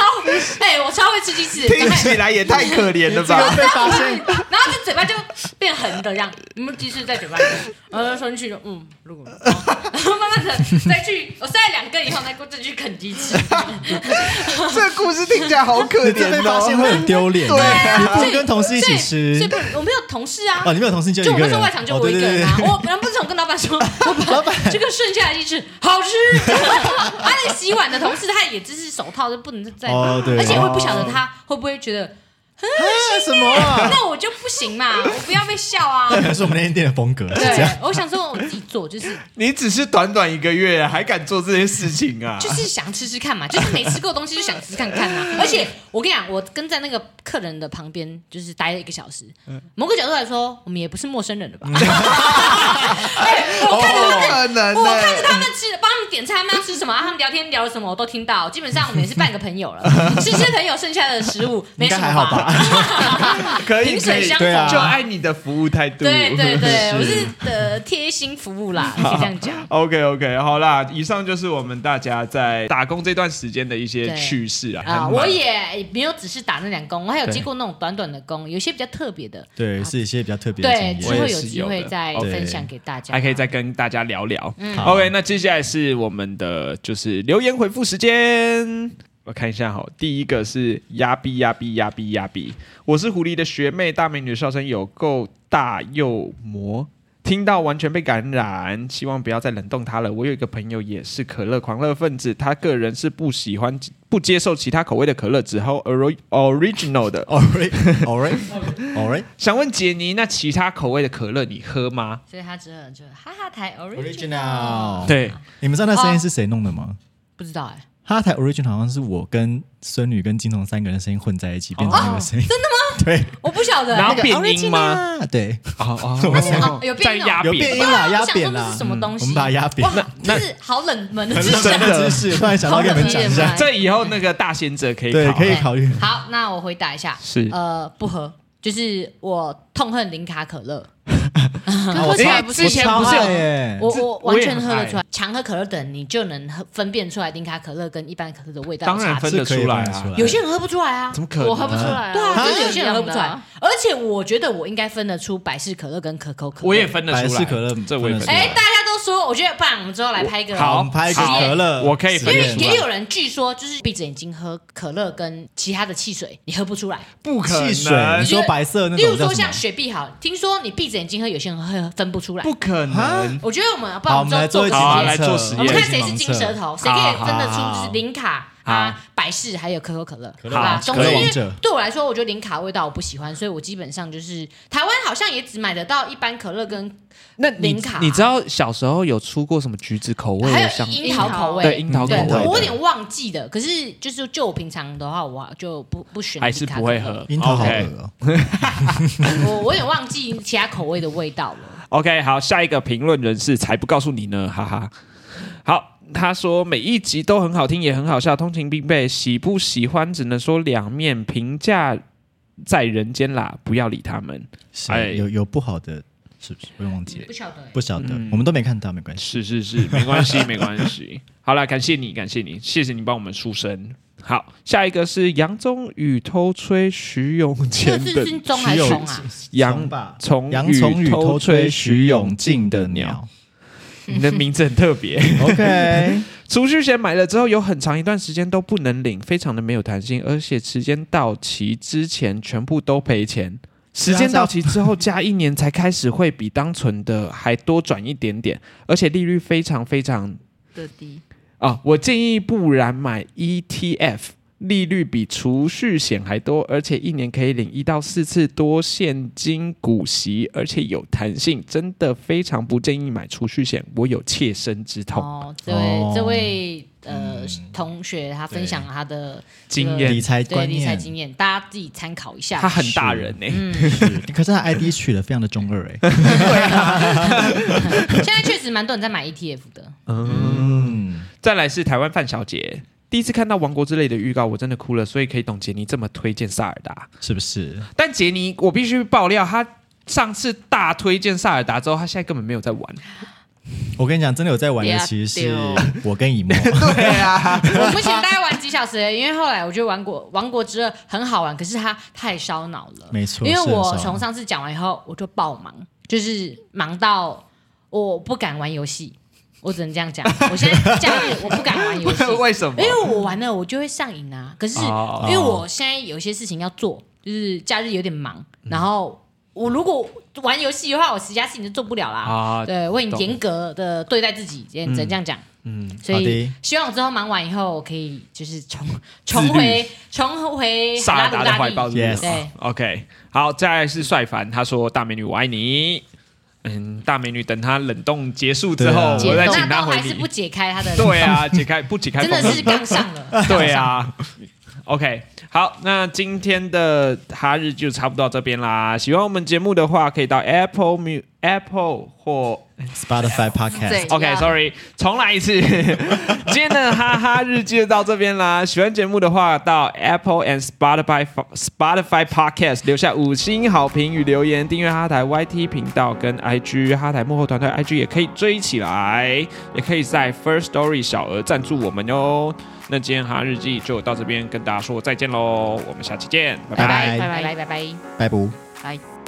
哎、我超会吃鸡翅，赶
听
快
起来也太可怜了 吧？
被发现，
然后这嘴巴就变横的这样，你们鸡翅在嘴巴里面，然后伸进去就嗯，如果、哦、然后慢慢的再去，我塞了两根以后再过再去啃鸡翅，
这个故事听起来好可
你这
怜
被发现会
哦。
很丢脸。
对啊
你不如跟同事一
所
起
以
吃
不我没有同事啊，
哦，你没有同事就一
就我
个
那时
人，
候外场就
哦
我一个人啊，
对对对
我本来不是想跟老板 说，老板这个剩下的鸡翅好吃， 他那个洗碗的同事他也只是手套都不能再，
哦对
而且我也不晓得他会不会觉得
啊什么啊？
那我就不行嘛，我不要被笑啊
那。可能是我们那间店的风格是这
对
样。，
我想说我自己做，就是
你只是短短一个月，还敢做这些事情啊？
就是想吃吃看嘛，就是没吃过的东西就想吃看看啊。而且我跟你讲，我跟在那个客人的旁边就是待了一个小时，
嗯
某个角度来说，我们也不是陌生人了 吧？哎我看着他
不哦
哦
可能
我
呢、
看着他们吃，帮他们点菜，他们要吃什么，啊他们聊天聊了什么，我都听到。基本上我们也是半个朋友 了，吃吃朋友剩下的食物没
应
什么
该还好吧？
可以
萍
可
水
以，
相
对啊
逢。
就爱你的服务态度。
对对 对，我是呃贴心服务啦，可以这样讲。
OK OK，好啦，以上就是我们大家在打工这段时间的一些
对
趣事啊。
啊，
很忙
我也没有只是打那两工，我还有接过那种短短的工，有一些比较特别的，
对，是一些比较特别的
对，
经
之
验。
后
也
有
是
机
有
会
的
再
，OK
分享给大家，
还可以再跟大家聊聊。
嗯
好
OK，那接下来是我们的就是留言回复时间。我看一下哈，第一个是呀比呀比呀比呀比，我是狐狸的学妹，大美女的笑声有够大又魔，听到完全被感染，希望不要再冷冻她了。我有一个朋友也是可乐狂热分子，他个人是不喜欢不接受其他口味的可乐，只喝 ori- original 的。
Alright，Alright，Alright，
想问杰尼，那其他口味的可乐你喝吗？
所以他只有就哈哈台
Original
original，
对，
你们知道那声音是谁弄的吗？
不知道哎，
哈台 Origin 好像是我跟孙女跟金童三个人的声音混在一起变
哦
成那个声音，真的吗？
我不晓得，
然后
对，
变音吗？
啊
Original？对，
哦
那是哦
哦，
有
在
变
压
有
扁
变
吧
音啦，
我
压
想说
扁
这
啦嗯
是，什么东西？
我们把它压扁
哇，这是好冷 门的
很
知
冷
识。
门的知识，突然想到跟你们讲一
啊
下，
这以后那个大贤者可以
对，
考啊
可以考虑。
好，那我回答一下，
嗯是
呃，不喝，就是我痛恨零卡可乐，
可喝起来不是
之前不是
超
有
爱耶
我我完全
哎我也很
喝得
爱
出来，常喝可乐的人你就能喝分辨出来零卡可乐跟一般可乐的味道
当
有
然
差别
分得
是可以
出来啊
分得出来，
有些人喝不出来啊，
怎么可能？
我喝不出来、啊，
对啊，
我
真的
觉得
有些人喝不出
一
来
样的。
而且我觉得我应该分得出百事可乐跟可口可乐。
我也分得出来。
百事可乐
这我也分得出
哎，
来。
大家都说，我觉得不然我们之后来拍一个
好，
好
我们拍一个
好
可乐，
我可以
实
分
因
得
为
验
出来
也有人据说就是闭着眼睛喝可乐跟其他的汽水，你喝不出来。
不可
汽水，你
能，
说白色那
例如
种叫
说
什
像
么？
雪碧好，听说你闭着眼睛喝，有些人会分不出来
不。可能
啊。
我觉得我们不然
好，
我
我
们
们来
之后
做一
实
次
好啊
验，
来做实验
我们看谁
做
是
一次
金舌
盲测
头，谁可以分得出
好
就
好好
是零卡
好
啊、百事还有可口可乐
可。乐
好吧
王，者
总之
可乐
因
王
为
者
对我来说，我觉得零卡味道我不喜欢，所以我基本上就是台湾好像也只买得到一般可乐跟
那
零卡
你知道小时候有出过什么橘子口味
还
的
有
香？
樱桃口味，
对樱桃口
对
味的
我有点忘记了。可是就是就我平常的话，我就不不选
还是不会喝
樱桃好恶
OK
哦，
我我有点忘记其他口味的味道了。
OK，好，下一个评论人士才不告诉你呢，哈哈。好，他说每一集都很好听，也很好笑，通勤必备，喜不喜欢只能说两面，评价在人间啦，不要理他们。哎
是有有不好的，是不是？我也忘记了，
不晓得欸，
不晓得，
嗯
我们都没看到，没关
是
系。
是是，没关系，没关系。好了，感谢你，感谢你，谢谢你帮我们出声。好，下一个是杨宗宇偷吹徐永
这个
前
是
的
是中还是
只有
虫啊？
杨
虫吧，
从
洋葱
宇
与
偷
偷
吹
吹
徐
徐
永
永
进
进
的
的
鸟
鸟。
你的名字很特别。
OK，
储蓄险买了之后，有很长一段时间都不能领，非常的没有弹性，而且时间到期之前全部都赔钱。时
是啊
间到期之后加一年才开始会比当存的还多转一点点，而且利率非常非常
的低，
啊！我建议不然买 ETF，利率比储蓄险还多，而且一年可以领一到四次多现金股息，而且有弹性，真的非常不建议买储蓄险，我有切身之痛。
哦，这位
哦嗯
这位呃同学他分享了他的
经
这个
验
理财
对
观
理财
念，
经验，大家自己参考一下
他。很大人呢、
嗯
可是他 ID 取得非常的中二哎。
现在确实蛮多人在买 ETF E 的，
再来是台湾范小姐，第一次看到《王国》之类的预告，我真的哭了，所以可以懂杰尼这么推荐《萨尔达》。
是不是？
但杰尼，我必须爆料，他上次大推荐《萨尔达》之后，他现在根本没有在玩。
我跟你讲，真的有在玩的，其实是我 跟以沫。
对 啊，
我目前大概玩几小时而已，因为后来我觉得玩过《王国之二》很好玩，可是它太烧脑了。
没错
因为我
是很烧脑
从上次讲完以后，我就爆忙，就是忙到我不敢玩游戏，我只能这样讲。我现在假日我不敢玩 游戏，
为什么
因？为我玩了我就会上瘾啊。可是
哦
因为我现在有些事情要做，就是假日有点忙，
嗯
然后我如果玩游戏的话，我其他事情就做不了啦。
啊
对，我很
懂
严格的对待自己，只能这样讲。
嗯，
所
好
以
的
希望我之后忙完以后，我可以就是重重回重回
萨
拉
尔
鲁
达的
大
怀
帝。
抱。对
Yes
对
OK，好，再来是帅凡，他说大美女我爱你。嗯，大美女，等她冷冻结束之后，
对啊
我再
那
请她
都
回
还是不
你。
解开他的，
对啊，解开不解开
真
封印？
的是杠上了。
对啊。OK，好，那今天的哈日就差不多到这边啦。喜欢我们节目的话，可以到 Apple Mu Apple 或
Spotify Podcast，
对
OK，Sorry，、重来一次。 今天的哈哈日记就到这边啦。喜欢节目的话，到 Apple and Spotify Spotify Podcast 留下五星好评与留言，订阅哈台 YT 频道跟 IG 哈台幕后团队 IG 也可以追起来，也可以在 First Story 小额赞助我们哟。那今天哈哈日记就到这边跟大家说再见喽，我们下期见，拜拜
拜
拜拜拜拜。
拜拜。
拜。